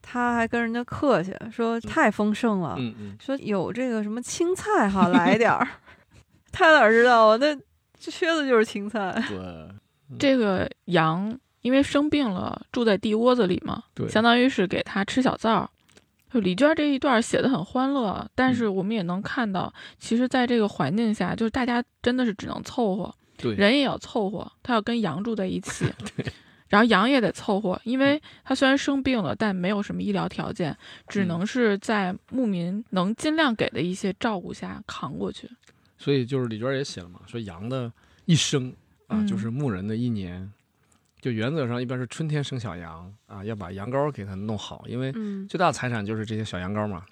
Speaker 3: 他还跟人家客气，说太丰盛
Speaker 1: 啊
Speaker 3: 了，
Speaker 2: 嗯嗯，
Speaker 3: 说有这个什么青菜哈，来点儿。 他哪知道啊？那缺的就是青菜。
Speaker 2: 对
Speaker 1: 这个羊因为生病了，住在地窝子里嘛，
Speaker 2: 对，
Speaker 1: 相当于是给它吃小灶。就李娟这一段写的很欢乐，但是我们也能看到，其实在这个环境下，就是大家真的是只能凑合，
Speaker 2: 对
Speaker 1: 人也要凑合，他要跟羊住在一 起，然后羊也得凑合，因为他虽然生病了，但没有什么医疗条件，只
Speaker 2: 嗯
Speaker 1: 能是在牧民能尽量给的一些照顾下扛过去。
Speaker 2: 所以就是李娟也写了嘛，说羊的一生啊，
Speaker 1: 嗯
Speaker 2: 就是牧人的一年，就原则上一般是春天生小羊啊，要把羊羔给它弄好，因为
Speaker 3: 嗯，
Speaker 2: 最大的财产就是这些小羊羔嘛。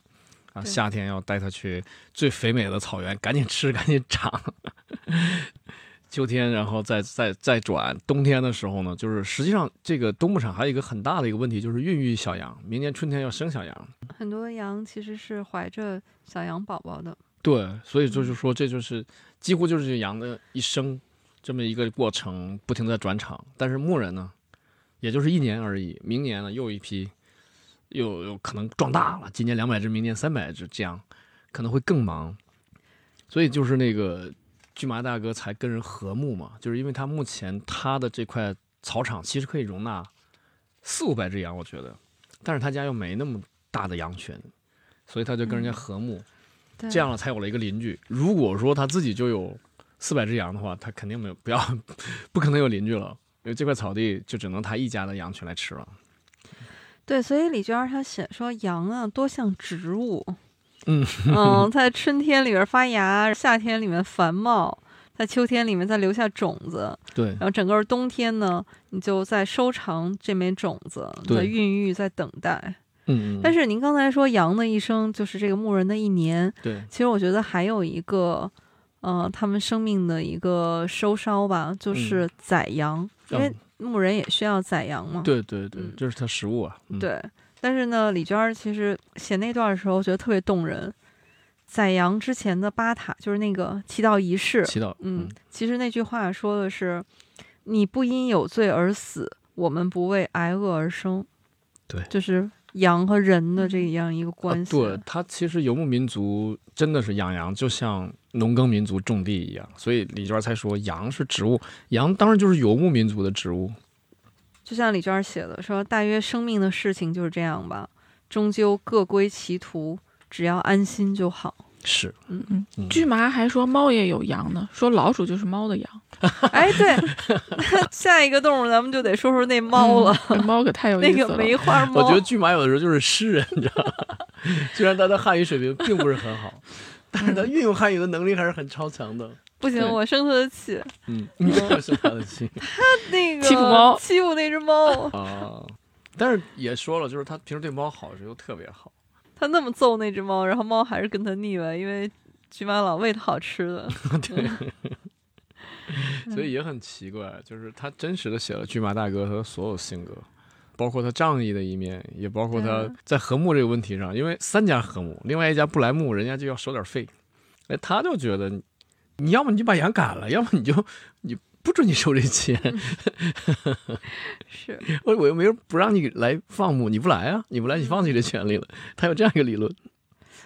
Speaker 2: 啊，
Speaker 3: 对
Speaker 2: 夏天要带它去最肥美的草原，赶紧吃， 赶紧长。秋天，然后再再再转，冬天的时候呢，就是实际上这个冬牧场还有一个很大的一个问题，就是孕育小羊，明年春天要生小羊。
Speaker 3: 很多羊其实是怀着小羊宝宝的。
Speaker 2: 对，所以就是
Speaker 1: 嗯
Speaker 2: 说，这就是几乎就是羊的一生这么一个过程，不停地在转场。但是牧人呢，也就是一年而已，明年呢又一批，又有可能壮大了，今年两百只，明年三百只，这样可能会更忙。所以就是那个巨麻大哥才跟人和睦嘛，就是因为他目前他的这块草场其实可以容纳四五百只羊，我觉得，但是他家又没那么大的羊群，所以他就跟人家
Speaker 1: 嗯
Speaker 2: 和睦。
Speaker 3: 对
Speaker 2: 这样了才有了一个邻居。如果说他自己就有四百只羊的话，他肯定没有不要， 不可能有邻居了，因为这块草地就只能他一家的羊群来吃了。
Speaker 3: 对，所以李娟儿她写说羊啊多像植物，
Speaker 2: 嗯
Speaker 3: 嗯在春天里边发芽，夏天里面繁茂，在秋天里面再留下种子，
Speaker 2: 对
Speaker 3: 然后整个冬天呢，你就在收藏这枚种子，
Speaker 2: 对
Speaker 3: 在孕育，在等待。
Speaker 2: 嗯嗯
Speaker 3: 但是您刚才说羊的一生就是这个牧人的一年，
Speaker 2: 对，
Speaker 3: 其实我觉得还有一个。呃，他们生命的一个收梢吧，就是宰羊，因为
Speaker 2: 嗯
Speaker 3: 牧人也需要宰羊嘛。
Speaker 2: 对对对
Speaker 3: 嗯，
Speaker 2: 这是他食物啊。嗯，
Speaker 3: 对，但是呢，李娟儿其实写那段的时候，我觉得特别动人。宰羊之前的巴塔，就是那个祈祷仪式，
Speaker 2: 祈祷。
Speaker 3: 嗯，其实那句话说的是：“你不因有罪而死，我们不为挨饿而生。”
Speaker 2: 对
Speaker 3: 就是羊和人的这样一个关
Speaker 2: 啊
Speaker 3: 系。
Speaker 2: 对，他其实游牧民族真的是养羊，就像农耕民族种地一样，所以李娟才说羊是植物，羊当然就是游牧民族的植物。
Speaker 3: 就像李娟儿写的说，大约生命的事情就是这样吧，终究各归其途，只要安心就 好。
Speaker 2: 是，
Speaker 3: 嗯
Speaker 1: 嗯
Speaker 2: 嗯
Speaker 1: 巨麻还说猫也有羊呢，说老鼠就是猫的羊。
Speaker 3: 哎，对， 下一个动物咱们就得说说那猫了。
Speaker 1: 嗯，猫可太有
Speaker 3: 那
Speaker 1: 意思
Speaker 3: 个
Speaker 1: 了。
Speaker 3: 梅花
Speaker 2: 我
Speaker 3: 猫，
Speaker 2: 觉得巨马有的时候就是诗人，你知道吗？ 虽然他的汉语水平并不是很好，但是他运用汉语的能力还是很超强的。
Speaker 3: 不行，
Speaker 1: 对
Speaker 3: 我生他的气。
Speaker 2: 嗯， 你也是他的亲
Speaker 3: 那 个
Speaker 1: 欺负猫
Speaker 3: 欺负那只猫，
Speaker 2: 啊。但是也说了，就是他平时对猫好时候特别好。
Speaker 3: 他那么揍那只猫，然后猫还是跟他腻歪，因为菊妈老喂它好吃的。
Speaker 2: 对，所以也很奇怪，就是他真实的写了巨马大哥和所有性格，包括他仗义的一面，也包括他
Speaker 3: 对
Speaker 2: 在和睦这个问题上，因为三家和睦，另外一家不来睦，人家就要收点费，哎，他就觉得你要么你就把羊赶了，要么你就你不准你收这钱，
Speaker 3: 是，
Speaker 2: 我我又没有不让你来放牧，你不来啊，你不来你放弃这权利
Speaker 3: 嗯
Speaker 2: 了，他有这样一个理论，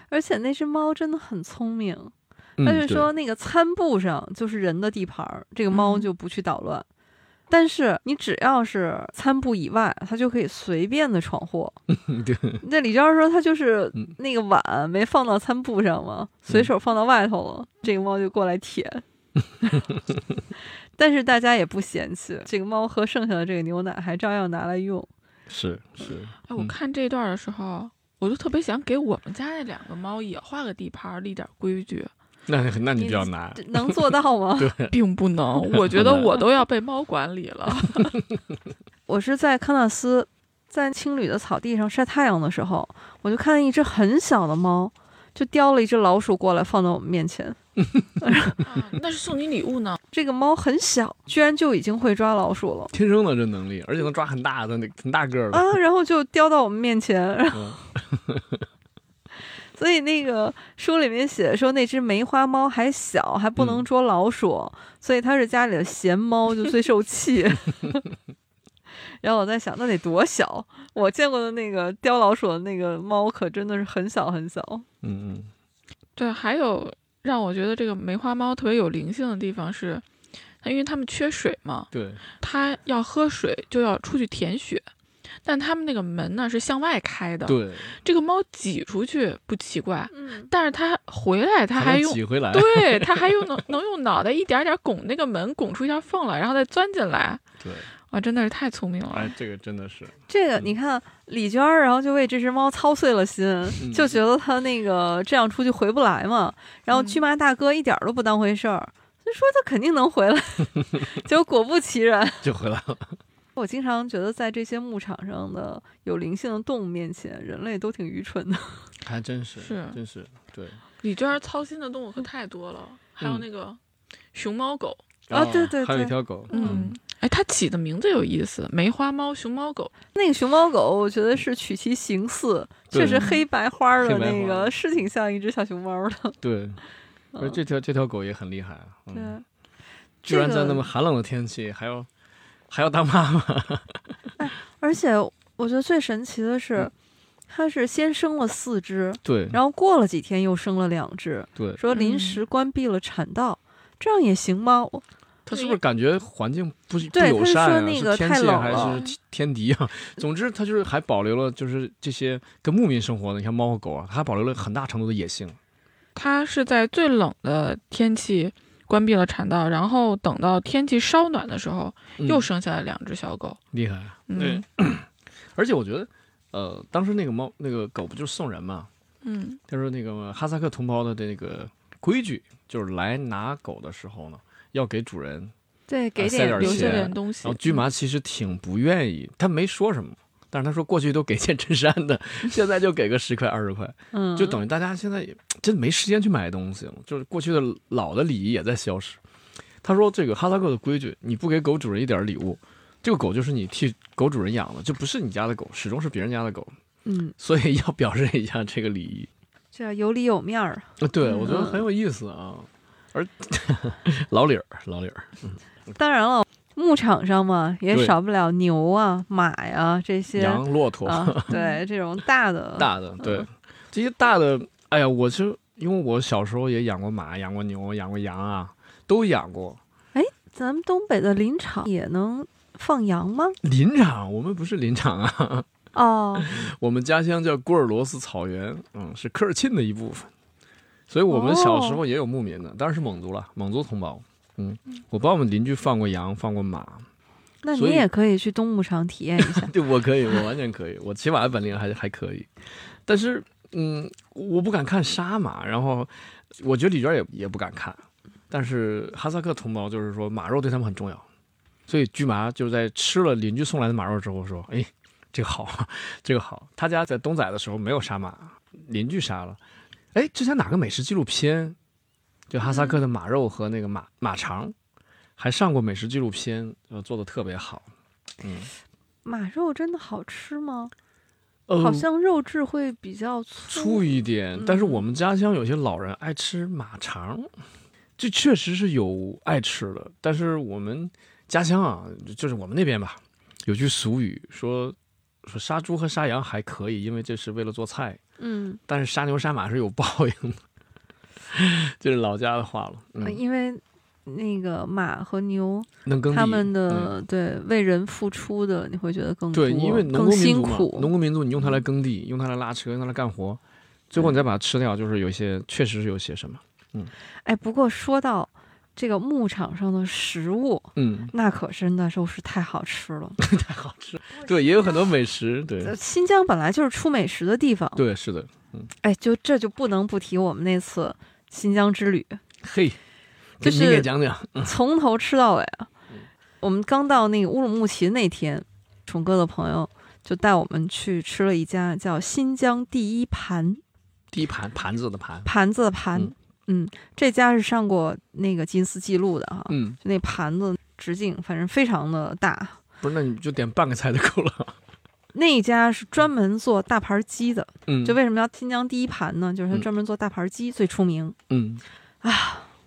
Speaker 3: 而且那只猫真的很聪明，
Speaker 2: 嗯
Speaker 3: 它是
Speaker 2: 对
Speaker 3: 说那个餐布上就是人的地盘儿，这个猫
Speaker 1: 嗯
Speaker 3: 就不去捣乱。但是你只要是餐布以外，它就可以随便的闯祸。
Speaker 2: 对，
Speaker 3: 那李娇说它就是
Speaker 2: 嗯
Speaker 3: 那个碗没放到餐布上嘛，随手放到外头了，这个猫就过来舔。 但是大家也不嫌弃，这个猫喝剩下的这个牛奶还照样拿来用。
Speaker 2: 是是，
Speaker 1: 哎，我
Speaker 2: 嗯
Speaker 1: 看这段的时候，我就特别想给我们家那两个猫也画个地盘儿，立点儿规 矩，
Speaker 2: 那那你比较难，
Speaker 3: 这能做到吗？
Speaker 1: 并不 能。我觉得我都要被猫管理了。
Speaker 3: 我是在康纳斯，在青旅的草地上晒太阳的时候，我就看见一只很小的猫，就叼了一只老鼠过来放到我们面前。
Speaker 1: 啊那是送你礼物呢。
Speaker 3: 这个猫很小，居然就已经会抓老鼠了
Speaker 2: 天生的这能力，而且能抓很大的那很大个儿的。
Speaker 3: 啊！ 然后就叼到我们面前，然后
Speaker 2: 嗯
Speaker 3: 所以那个书里面写说，那只梅花猫还小，还不
Speaker 2: 嗯
Speaker 3: 能捉老鼠，所以它是家里的闲猫，就最受气。 然后我在想，那得多小？我见过的那个叼老鼠的那个猫，可真的是很小很小。
Speaker 2: 嗯嗯，
Speaker 1: 对，还有让我觉得这个梅花猫特别有灵性的地方是，它因为它们缺水嘛，
Speaker 2: 对，
Speaker 1: 它要喝水就要出去舔雪，但它们那个门呢是向外开的，
Speaker 2: 对，
Speaker 1: 这个猫挤出去不奇怪，
Speaker 3: 嗯，
Speaker 1: 但是它回来它
Speaker 2: 才
Speaker 1: 还
Speaker 2: 能
Speaker 1: 用
Speaker 2: 挤回来。
Speaker 1: 对，它还 用能能用脑袋一点点拱那个门，拱出一条缝来，然后再钻进来。
Speaker 2: 对，
Speaker 1: 哇，真的是太聪明了
Speaker 2: 哎。，这个真的是，
Speaker 3: 这
Speaker 2: 嗯
Speaker 3: 个你看，李娟儿，然后就为这只猫操碎了心，
Speaker 2: 嗯
Speaker 3: 就觉得它那个这样出去回不来嘛。然后
Speaker 1: 嗯
Speaker 3: 巨妈大哥一点儿都不当回事儿，就说它肯定能回来， 结果果不其然。
Speaker 2: 就回来 了。
Speaker 3: 我经常觉得，在这些牧场上的有灵性的动物面前，人类都挺愚蠢的。
Speaker 2: 还真是，
Speaker 1: 是
Speaker 2: 真是，对
Speaker 1: 李娟儿操心的动物可太多了，还有
Speaker 2: 嗯
Speaker 1: 那个熊猫狗。
Speaker 3: 啊
Speaker 2: 然后
Speaker 3: 对对
Speaker 2: 还有一
Speaker 3: 对
Speaker 2: 条狗，
Speaker 1: 嗯，哎，它起的名字有意思，梅花猫、熊猫狗。
Speaker 3: 那个熊猫狗，我觉得是取其形似，确实
Speaker 1: 对
Speaker 3: 黑白花儿的
Speaker 2: 黑白花
Speaker 3: 那
Speaker 2: 儿
Speaker 3: 个是挺像一只小熊猫的。
Speaker 2: 对，而
Speaker 3: 嗯
Speaker 2: 这条这条狗也很厉害，嗯
Speaker 3: 对，
Speaker 2: 居然在
Speaker 3: 这
Speaker 2: 那
Speaker 3: 个
Speaker 2: 么寒冷的天气还要还要当妈 妈，
Speaker 3: 而且我觉得最神奇的
Speaker 2: 嗯
Speaker 3: 是，它是先生了四只，
Speaker 2: 对
Speaker 3: 然后过了几天又生了两只，
Speaker 2: 对，
Speaker 3: 说临时关闭了产道，这样也行吗？我
Speaker 2: 它是不是感觉环境不不
Speaker 3: 对
Speaker 2: 友
Speaker 3: 它是
Speaker 2: 善
Speaker 3: 说
Speaker 2: 啊？
Speaker 3: 那
Speaker 2: 是
Speaker 3: 个
Speaker 2: 天
Speaker 3: 太
Speaker 2: 气
Speaker 3: 冷
Speaker 2: 还
Speaker 1: 了
Speaker 2: 是天敌啊？ 总之，它就是还保留了就是这些跟牧民生活的，你看猫和狗啊，它还保留了很大程度的野性。
Speaker 1: 它是在最冷的天气关闭了产道，然后等到天气稍暖的时候，
Speaker 2: 嗯
Speaker 1: 又生下了两只小狗。
Speaker 2: 厉害，对
Speaker 1: 嗯
Speaker 2: 而且我觉得，呃，当时那个猫那个狗不就是送人嘛？
Speaker 1: 嗯
Speaker 2: 他说那个哈萨克同胞的这个规矩，就是来拿狗的时候呢，要给主人。
Speaker 3: 对，给
Speaker 2: 啊塞
Speaker 3: 点
Speaker 2: 点而
Speaker 1: 留
Speaker 2: 且
Speaker 1: 下点东西。
Speaker 2: 然后驹麻其实挺不愿意，他没说什么。但是他说过去都给件衬衫的， 现在就给个十块二十块，
Speaker 3: 嗯，
Speaker 2: 就等于大家现在也真没时间去买东西了，就是过去的老的礼仪也在消失。他说这个哈萨克的规矩，你不给狗主人一点礼物，这个狗就是你替狗主人养的，就不是你家的狗，始终是别人家的狗，
Speaker 3: 嗯，
Speaker 2: 所以要表示一下这个礼仪。
Speaker 3: 这样有里有面儿。
Speaker 2: 呃对，
Speaker 1: 嗯
Speaker 2: 我觉得很有意思啊。而 老李儿，老李儿，
Speaker 3: 当然了，牧场上嘛，也
Speaker 2: 嗯对
Speaker 3: 少不了牛啊、马呀、这些
Speaker 2: 羊、骆驼，
Speaker 3: 啊，嗯对这种大的。
Speaker 2: 大的，对，这些大的，哎呀，我是因为我小时候也养过马，养过牛，养过羊啊，都养过。
Speaker 3: 咱们东北的林场也能放 羊吗？
Speaker 2: 林场，我们不是林场啊，
Speaker 3: 哦，
Speaker 2: 我们家乡叫古尔罗斯草原，嗯，是科尔沁的一部分，所以我们
Speaker 3: 哦
Speaker 2: 小时候也有牧民的，当然是蒙族了，蒙族同胞。嗯，我帮我们邻居放过羊，放过马，
Speaker 3: 那
Speaker 2: 所
Speaker 3: 你
Speaker 2: 以。
Speaker 3: 也可以去东牧场体验一下
Speaker 2: 对，我可以，我完全可以，我骑马的本领还还可以，但是嗯，我不敢看杀马，然后我觉得李娟也也不敢看，但是哈萨克同胞就是说马肉对他们很重要，所以驹麻就在吃了邻居送来的马肉之后说，哎，这个好， 这个好，他家在东仔的时候没有杀马，邻居杀了，哎，之前哪个美食纪录片，就哈萨克的马肉和那个马马肠。还上过美食纪录片，呃，做的特别好，嗯，
Speaker 3: 马肉真的好吃吗？
Speaker 2: 呃
Speaker 3: 好像肉质会比较粗。
Speaker 2: 粗一
Speaker 3: 嗯
Speaker 2: 点，但是我们家乡有些老人爱吃马肠，这确实是有爱吃的。但是我们家乡啊，就是我们那边吧，有句俗语说说杀猪和杀羊还可以，因为这是为了做菜，
Speaker 3: 嗯，
Speaker 2: 但是杀牛杀马是有报应的， 这是老家的话了。嗯，
Speaker 3: 呃因为那个马和牛，
Speaker 2: 能耕地
Speaker 3: 他们
Speaker 2: 嗯
Speaker 3: 的、对为人付出的，你会觉得更
Speaker 2: 对，
Speaker 3: 多
Speaker 2: 因为农
Speaker 3: 啊更
Speaker 2: 耕民
Speaker 3: 辛
Speaker 2: 族嘛，
Speaker 3: 苦。
Speaker 2: 农耕民族你用它来耕地，用它来拉车，用它来干活，最后你再把它吃掉，就是有一些确实是有些什么，
Speaker 3: 哎，不过说到这个牧场上的食物，
Speaker 2: 嗯，
Speaker 3: 那可真的肉是太好吃了。
Speaker 2: 太好吃了。对，也有很多美食，对。
Speaker 3: 呃新疆本来就是出美食的地方，
Speaker 2: 对，是的，
Speaker 3: 哎，就这就不能不提我们那次新疆之旅，
Speaker 2: 嘿，
Speaker 3: 就
Speaker 2: 您给
Speaker 3: 是
Speaker 2: 讲讲，
Speaker 3: 从头吃到尾啊。
Speaker 2: 嗯
Speaker 3: 我们刚到那个乌鲁木齐那天，虫哥的朋友就带我们去吃了一家叫新疆第一盘
Speaker 2: 第一盘盘子的盘，
Speaker 3: 盘子的盘，
Speaker 2: 嗯
Speaker 3: 这家是上过那个吉尼斯纪录的哈，
Speaker 2: 嗯，
Speaker 3: 就那盘子直径反正非常的大。
Speaker 2: 不是，那你就点半个菜就够了。
Speaker 3: 那一家是专门做大盘鸡的，
Speaker 2: 嗯，
Speaker 3: 就为什么叫新疆第一盘呢？就是它
Speaker 2: 嗯
Speaker 3: 专门做大盘鸡最出名。
Speaker 2: 嗯，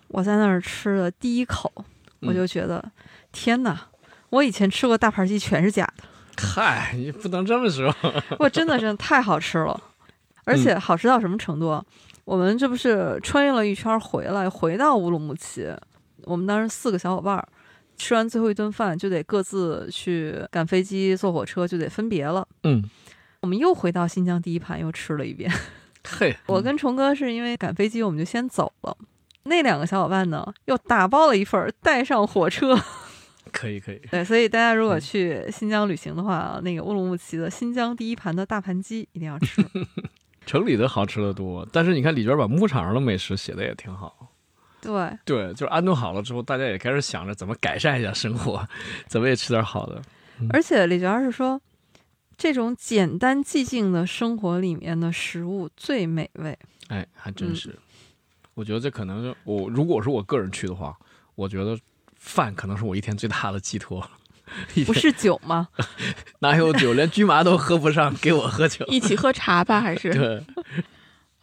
Speaker 3: 我在那儿吃了第一口，
Speaker 2: 嗯
Speaker 3: 我就觉得、天哪！我以前吃过大盘鸡全是假的，
Speaker 2: 嗨，你不能这么说。
Speaker 3: 哇，真的真的太好吃了，而且好吃到什么程度啊？我们这不是穿越了一圈回来，回到乌鲁木齐，我们当时四个小伙伴儿吃完最后一顿饭就得各自去赶飞机、坐火车，就得分别了。
Speaker 2: 嗯，
Speaker 3: 我们又回到新疆第一盘，又吃了一遍。
Speaker 2: 嘿，
Speaker 3: 我跟虫哥是因为赶飞机，我们就先走了。那两个小伙伴呢，又打包了一份儿带上火车。
Speaker 2: 可以可以，
Speaker 3: 对，所以大家如果去新疆旅行的话，那个乌鲁木齐的新疆第一盘的大盘鸡一定要吃。
Speaker 2: 城里的好吃的多，但是你看李娟把牧场上的美食写的也挺好。
Speaker 3: 对，
Speaker 2: 对，就是安顿好了之后，大家也开始想着怎么改善一下生活，怎么也吃点好的。
Speaker 3: 而且李娟是说，这种简单寂静的生活里面的食物最美味。
Speaker 2: 哎，还真
Speaker 3: 嗯
Speaker 2: 是。我觉得这可能是我，如果是我个人去的话，我觉得饭可能是我一天最大的寄托。一
Speaker 3: 不
Speaker 2: 天
Speaker 3: 是酒吗？
Speaker 2: 哪有酒，连驹麻都喝不上，给我喝 酒。
Speaker 1: 一起喝茶吧，还是？呃
Speaker 2: 对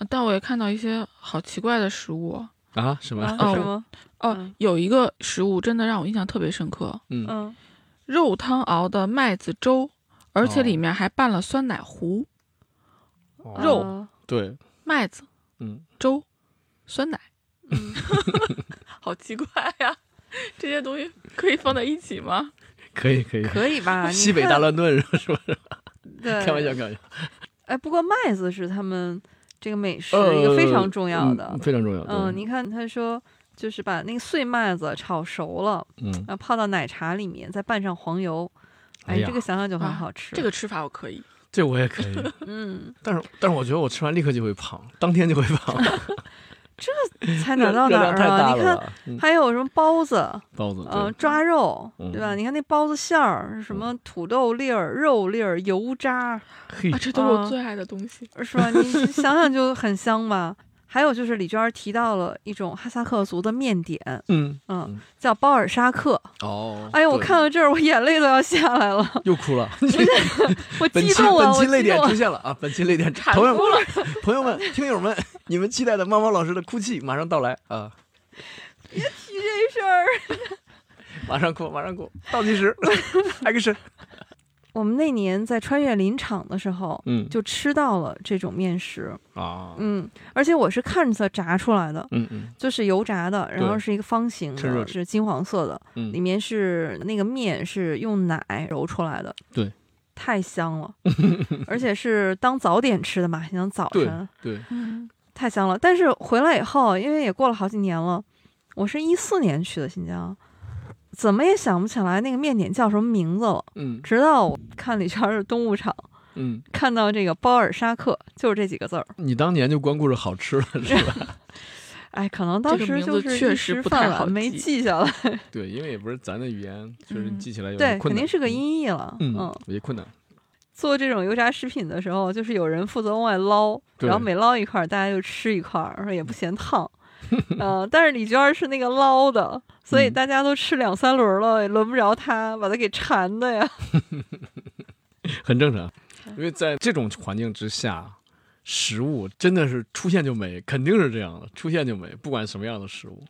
Speaker 1: 但我也看到一些好奇怪的食物。
Speaker 2: 啊，什么？
Speaker 3: 啊，
Speaker 1: 哦
Speaker 3: 什么？
Speaker 1: 哦，
Speaker 3: 嗯
Speaker 1: 有一个食物真的让我印象特别深刻，
Speaker 2: 嗯，
Speaker 3: 嗯，
Speaker 1: 肉汤熬的麦子粥，而且
Speaker 2: 哦
Speaker 1: 里面还拌了酸奶糊、肉
Speaker 3: 啊
Speaker 2: 对，
Speaker 1: 麦子
Speaker 2: 嗯，
Speaker 1: 粥、酸奶，
Speaker 3: 嗯
Speaker 1: 好奇怪呀、这些东西可以放在一起吗？
Speaker 2: 可以可以。
Speaker 3: 可以 啊吧？你
Speaker 2: 西北大
Speaker 3: 看
Speaker 2: 乱炖是吧？
Speaker 3: 对，
Speaker 2: 开玩笑，开玩笑。
Speaker 3: 哎，不过麦子是他们这个美食一个非常重要的。
Speaker 2: 呃嗯非常重要。对
Speaker 3: 嗯，你看他说就是把那个碎麦子炒熟了，
Speaker 2: 嗯，
Speaker 3: 然后泡到奶茶里面，再拌上黄油。
Speaker 2: 哎
Speaker 3: 哎，
Speaker 2: 呀啊
Speaker 3: 这个想想就很
Speaker 1: 哇
Speaker 3: 好吃。
Speaker 1: 这个吃法我可以。
Speaker 2: 这我也可 以，
Speaker 3: 嗯，
Speaker 2: 但是但是我觉得我吃完立刻就会胖，当天就会胖，
Speaker 3: 才
Speaker 2: 热
Speaker 3: 哪到
Speaker 2: 热量
Speaker 3: 哪儿
Speaker 2: 太
Speaker 3: 啊？
Speaker 2: 大
Speaker 3: 你
Speaker 2: 了
Speaker 3: 看
Speaker 2: 吧？嗯，
Speaker 3: 还有什么包子，
Speaker 2: 包子，
Speaker 3: 嗯、
Speaker 2: 对
Speaker 3: 抓肉，对吧？
Speaker 2: 嗯
Speaker 3: 你看那包子馅儿是什么土豆粒儿、肉粒儿、油渣，
Speaker 2: 嘿
Speaker 1: 啊，，这都是我
Speaker 3: 啊
Speaker 1: 最爱的东 西。
Speaker 3: 是吧？你想想就很香吧。还有就是李娟儿提到了一种哈萨克族的面点，
Speaker 2: 嗯，嗯
Speaker 3: 嗯，叫包尔沙克。
Speaker 2: 哦，
Speaker 3: 哎呀，我
Speaker 2: 对
Speaker 3: 看到这儿，我眼泪都要下来了，
Speaker 2: 又哭了。
Speaker 3: 我
Speaker 2: 本
Speaker 3: 激
Speaker 2: 期
Speaker 3: 动了，
Speaker 2: 本
Speaker 3: 啊我
Speaker 2: 期泪
Speaker 3: 激
Speaker 2: 点
Speaker 3: 动
Speaker 2: 出
Speaker 3: 了。
Speaker 2: 现了 啊！本期泪点，
Speaker 1: 产
Speaker 2: 朋友们
Speaker 1: 出了，
Speaker 2: 朋友们、听友们，你们期待的猫猫老师的哭泣马上到来啊！
Speaker 3: 提这事儿，
Speaker 2: 马上哭，马上哭，倒计时，action！
Speaker 3: 我们那年在穿越林场的时候，
Speaker 2: 嗯
Speaker 3: 就吃到了这种面食，
Speaker 2: 啊，
Speaker 3: 嗯，而且我是看着它炸出来的，
Speaker 2: 嗯嗯
Speaker 3: 就是油炸的，然后
Speaker 2: 对
Speaker 3: 是一个方形
Speaker 2: 趁热
Speaker 3: 的，
Speaker 2: 吃
Speaker 3: 是金黄色的，里
Speaker 2: 嗯，
Speaker 3: 面是那个面是用奶揉出来的，
Speaker 2: 对，
Speaker 3: 太香 了，而且是当早点吃的嘛，新疆早
Speaker 2: 对
Speaker 3: 晨
Speaker 2: 对，
Speaker 1: 嗯，
Speaker 3: 太香了。但是回来以后，因为也过了好几年了，我是一四年去的新疆，怎么也想不起来那个面点叫什么名字了。
Speaker 2: 嗯
Speaker 3: 直到我看李圈的东牧场，
Speaker 2: 嗯，
Speaker 3: 看到这个包尔沙克，就是这几个字儿。
Speaker 2: 你当年就光顾着好吃了是吧？
Speaker 3: 哎，可能当
Speaker 1: 这个
Speaker 3: 时
Speaker 1: 名字
Speaker 3: 就是
Speaker 1: 确
Speaker 3: 一
Speaker 1: 实
Speaker 3: 时
Speaker 1: 不太
Speaker 3: 犯
Speaker 1: 好
Speaker 3: 懒没
Speaker 1: 记
Speaker 3: 记下来，
Speaker 2: 对，因为也不是咱的语言，确实
Speaker 1: 嗯
Speaker 2: 记起来有
Speaker 3: 对，
Speaker 2: 点困
Speaker 3: 肯
Speaker 2: 难。
Speaker 3: 定是个音译了。
Speaker 2: 嗯，
Speaker 3: 嗯，
Speaker 2: 有些困难。
Speaker 3: 做这种油炸食品的时候，就是有人负责往外捞，
Speaker 2: 对
Speaker 3: 然后每捞一块儿，大家就吃一块儿，然后也不 嫌烫。嗯，但是李娟儿是那个捞的，所以
Speaker 2: 嗯
Speaker 3: 大家都吃两三轮儿了，也轮不着她，把她给馋的呀。
Speaker 2: 很正常，因为在这种环境之下，食物真的是出现就美，肯定是这样的，出现就美，不管什么样的食物。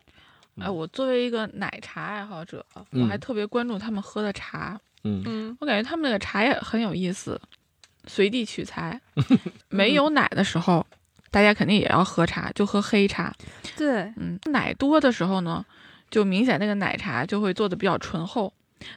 Speaker 1: 哎，我作为一个奶茶爱好者，我
Speaker 2: 嗯
Speaker 1: 还特别关注他们喝的茶。
Speaker 2: 嗯
Speaker 3: 嗯
Speaker 1: 我感觉他们那个茶也很有意思，随地取材。没有奶的时候，大家肯定也要喝茶，就喝黑茶。
Speaker 3: 对，！
Speaker 1: 嗯，奶多的时候呢，就明显那个奶茶就会做的比较醇厚；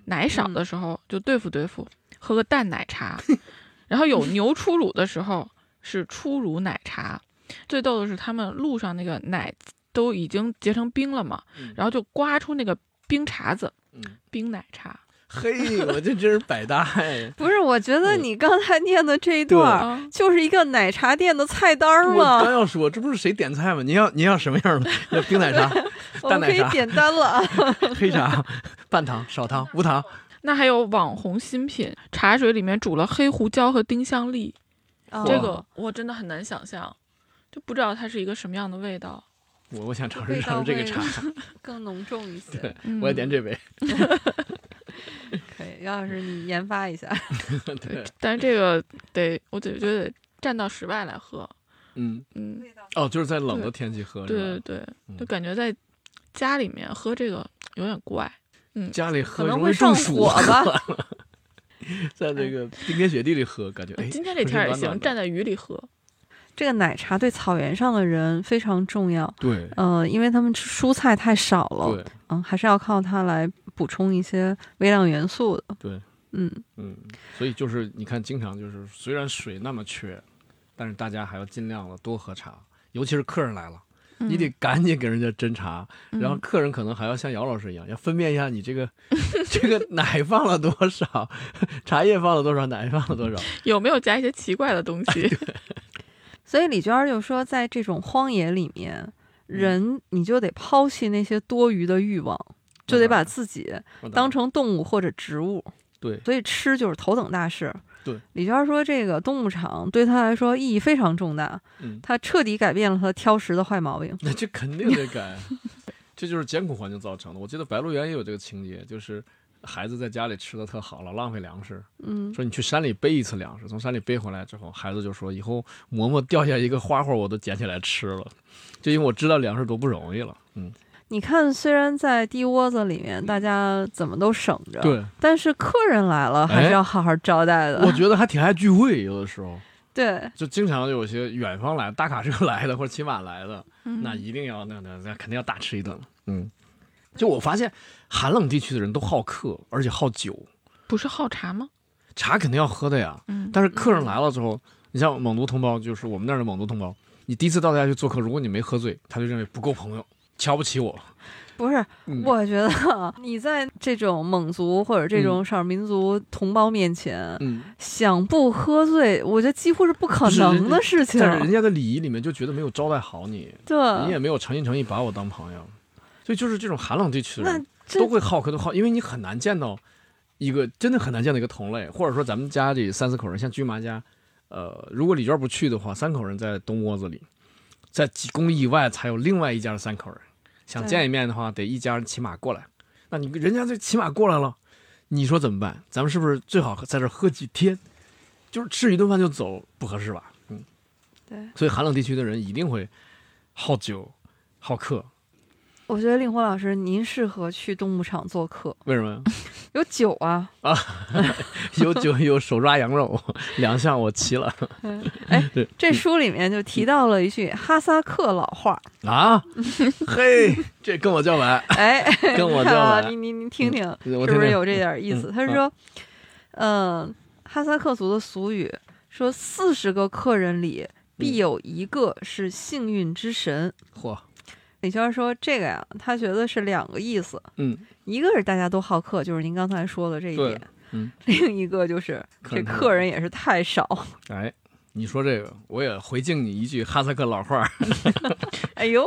Speaker 1: 奶少的时候就对付对付，喝个淡奶茶。 然后有牛初乳的时候是初乳奶茶。最逗的是他们路上那个奶都已经结成冰了嘛，
Speaker 2: 嗯
Speaker 1: 然后就刮出那个冰碴子，
Speaker 2: 嗯，
Speaker 1: 冰奶茶。
Speaker 2: 嘿，我这真是百搭哎
Speaker 3: 不是，我觉得
Speaker 2: 嗯
Speaker 3: 你刚才念的这一段儿，
Speaker 1: 啊，
Speaker 3: 就是一个奶茶店的菜单儿
Speaker 2: 我刚
Speaker 3: 嘛，
Speaker 2: 要说，这不是谁点菜吗？您要您要什么样的？要冰奶 茶、
Speaker 3: 我
Speaker 2: 淡奶
Speaker 3: 们可以
Speaker 2: 茶
Speaker 3: 点单了啊。
Speaker 2: 黑茶、半糖、少糖、无糖。
Speaker 1: 那还有网红新品，茶水里面煮了黑胡椒和丁香粒，
Speaker 3: 哦
Speaker 1: 这个我真的很难想象，就不知道它是一个什么样的味道。
Speaker 2: 我我想尝试
Speaker 3: 味
Speaker 2: 尝
Speaker 3: 道
Speaker 2: 试这个茶，
Speaker 3: 更浓重一些
Speaker 2: 对。
Speaker 1: 嗯
Speaker 2: 我也点 这杯。
Speaker 3: 可以，杨老师你研发一下。
Speaker 2: 对，
Speaker 1: 但是这个得，我得觉得得站到室外来喝，
Speaker 2: 嗯，
Speaker 1: 嗯，
Speaker 2: 哦，就是在冷的天气喝，
Speaker 1: 对
Speaker 2: 是
Speaker 1: 对
Speaker 2: 吧？
Speaker 1: 对，就
Speaker 2: 嗯
Speaker 1: 感觉在家里面喝这个有点怪，
Speaker 2: 家里
Speaker 3: 可
Speaker 2: 喝
Speaker 3: 能
Speaker 2: 容
Speaker 3: 会
Speaker 2: 易中
Speaker 3: 上
Speaker 2: 暑
Speaker 3: 火，吧，
Speaker 2: 在这个冰天雪地里喝，感觉
Speaker 3: 呃
Speaker 2: 哎，
Speaker 1: 今天这
Speaker 2: 浑身
Speaker 1: 天儿也
Speaker 2: 暖
Speaker 1: 行，
Speaker 2: 暖的
Speaker 1: 站在雨里喝，
Speaker 3: 这个奶茶对草原上的人非常重要，
Speaker 2: 对
Speaker 3: 呃，因为他们吃蔬菜太少了，
Speaker 2: 对
Speaker 3: 嗯，还是要靠它来补充一些微量元素的，
Speaker 2: 对，
Speaker 3: 嗯，
Speaker 2: 嗯，所以就是你看，经常就是虽然水那么缺，但是大家还要尽量的多喝茶，尤其是客人来了，
Speaker 3: 嗯
Speaker 2: 你得赶紧给人家斟茶，然后
Speaker 1: 嗯
Speaker 2: 客人可能还要像姚老师一样，要分辨一下你这个 这个奶放了多少， 茶叶放了多少，奶放了多少，
Speaker 1: 有没有加一些奇怪的东西？
Speaker 3: 所以李娟儿就说，在这种荒野里
Speaker 2: 嗯
Speaker 3: 面，人你就得抛弃那些多余的欲望，就得把自己
Speaker 2: 我打
Speaker 3: 当成动物或者植物，
Speaker 2: 对
Speaker 3: 所以吃就是头等大事。
Speaker 2: 对，
Speaker 3: 李娟儿说，这个动物场对她来说意义非常重大，
Speaker 2: 嗯
Speaker 3: 她彻底改变了她挑食的坏毛病。
Speaker 2: 那这肯定得改， 这就是艰苦环境造成的。我记得《白鹿原》也有这个情节，就是孩子在家里吃的特好了，浪费粮食，
Speaker 3: 嗯，
Speaker 2: 说你去山里背一次粮食，从山里背回来之后，孩子就说以后馍馍掉下一个花花我都捡起来吃了，就因为我知道粮食多不容易了。嗯，
Speaker 3: 你看，虽然在地窝子里面大家怎么都省着，，
Speaker 2: 对，
Speaker 3: 但是啊客人来了还是
Speaker 2: 哎
Speaker 3: 要好好招待的。
Speaker 2: 我觉得还挺爱聚会，有的时候
Speaker 3: 对，
Speaker 2: 就经常有些远方来大卡车来的或者骑马来的，那
Speaker 1: 嗯，
Speaker 2: 一定要那那那肯定要大吃一顿。嗯，就我发现寒冷地区的人都好客，而且好酒。
Speaker 1: 不是好茶吗？
Speaker 2: 茶肯定要喝的呀。
Speaker 1: 嗯，
Speaker 2: 但是客人来了之后，你像蒙族同胞，就是我们那儿的蒙族同胞，你第一次到他家去做客，如果你没喝醉，他就认为不够朋友，瞧不起我。
Speaker 3: 不是，
Speaker 2: 嗯、
Speaker 3: 我觉得你在这种蒙族或者这种少数民族同胞面前，
Speaker 2: 嗯，
Speaker 3: 想不喝醉，我觉得几乎是不可能的事情。
Speaker 2: 但嗯是人家的礼仪里面就觉得没有招待好你，你也
Speaker 3: 对，
Speaker 2: 没有诚心诚意把我当朋友，所以就是这种寒冷地区的
Speaker 3: 那
Speaker 2: 人
Speaker 3: 这
Speaker 2: 都会好客，都好，因为你很难见到一个真的很难见到一个同类，或者说咱们家里三四口人，像军麻家，呃，如果李娟不去的话，三口人在东窝子里，在几公里以外才有另外一家的三口人，想
Speaker 3: 对
Speaker 2: 见一面的话，得一家人骑马过来，那你人家这骑马过来了，你说怎么办？咱们是不是最好在这儿喝几天，就是吃一顿饭就走，不合适吧？嗯，
Speaker 3: 对，
Speaker 2: 所以寒冷地区的人一定会好酒、好客，
Speaker 3: 我觉得令狐老师您适合去动物场做客，
Speaker 2: 为什么呀？
Speaker 3: 有酒啊。
Speaker 2: 有酒 有手抓羊肉，两项我齐了
Speaker 3: 哎
Speaker 2: 对，
Speaker 3: 这书里面就提到了一句哈萨克老 话，
Speaker 2: 啊！嘿，这跟我叫板，
Speaker 3: 哎，
Speaker 2: 跟我
Speaker 3: 你
Speaker 2: 叫嗯
Speaker 3: 看啊，
Speaker 2: 板
Speaker 3: 你你你听听，
Speaker 2: 我
Speaker 3: 是
Speaker 2: 听
Speaker 3: 不是
Speaker 2: 听
Speaker 3: 有这点意
Speaker 2: 嗯
Speaker 3: 思？他说，嗯，哈萨克族的俗语说，四十个客人里
Speaker 2: 嗯
Speaker 3: 必有一个是幸运之神。
Speaker 2: 嚯，
Speaker 3: 李娟说这个呀，他觉得是两个意思，
Speaker 2: 嗯，
Speaker 3: 一个是大家都好客，就是您刚才说的这一
Speaker 2: 对
Speaker 3: 点，
Speaker 2: 嗯
Speaker 3: 另一个就是
Speaker 2: 客
Speaker 3: 这
Speaker 2: 人太
Speaker 3: 客
Speaker 2: 少
Speaker 3: 人也是太少。
Speaker 2: 哎，你说这个，我也回敬你一句哈萨克老话儿，
Speaker 3: 哎呦，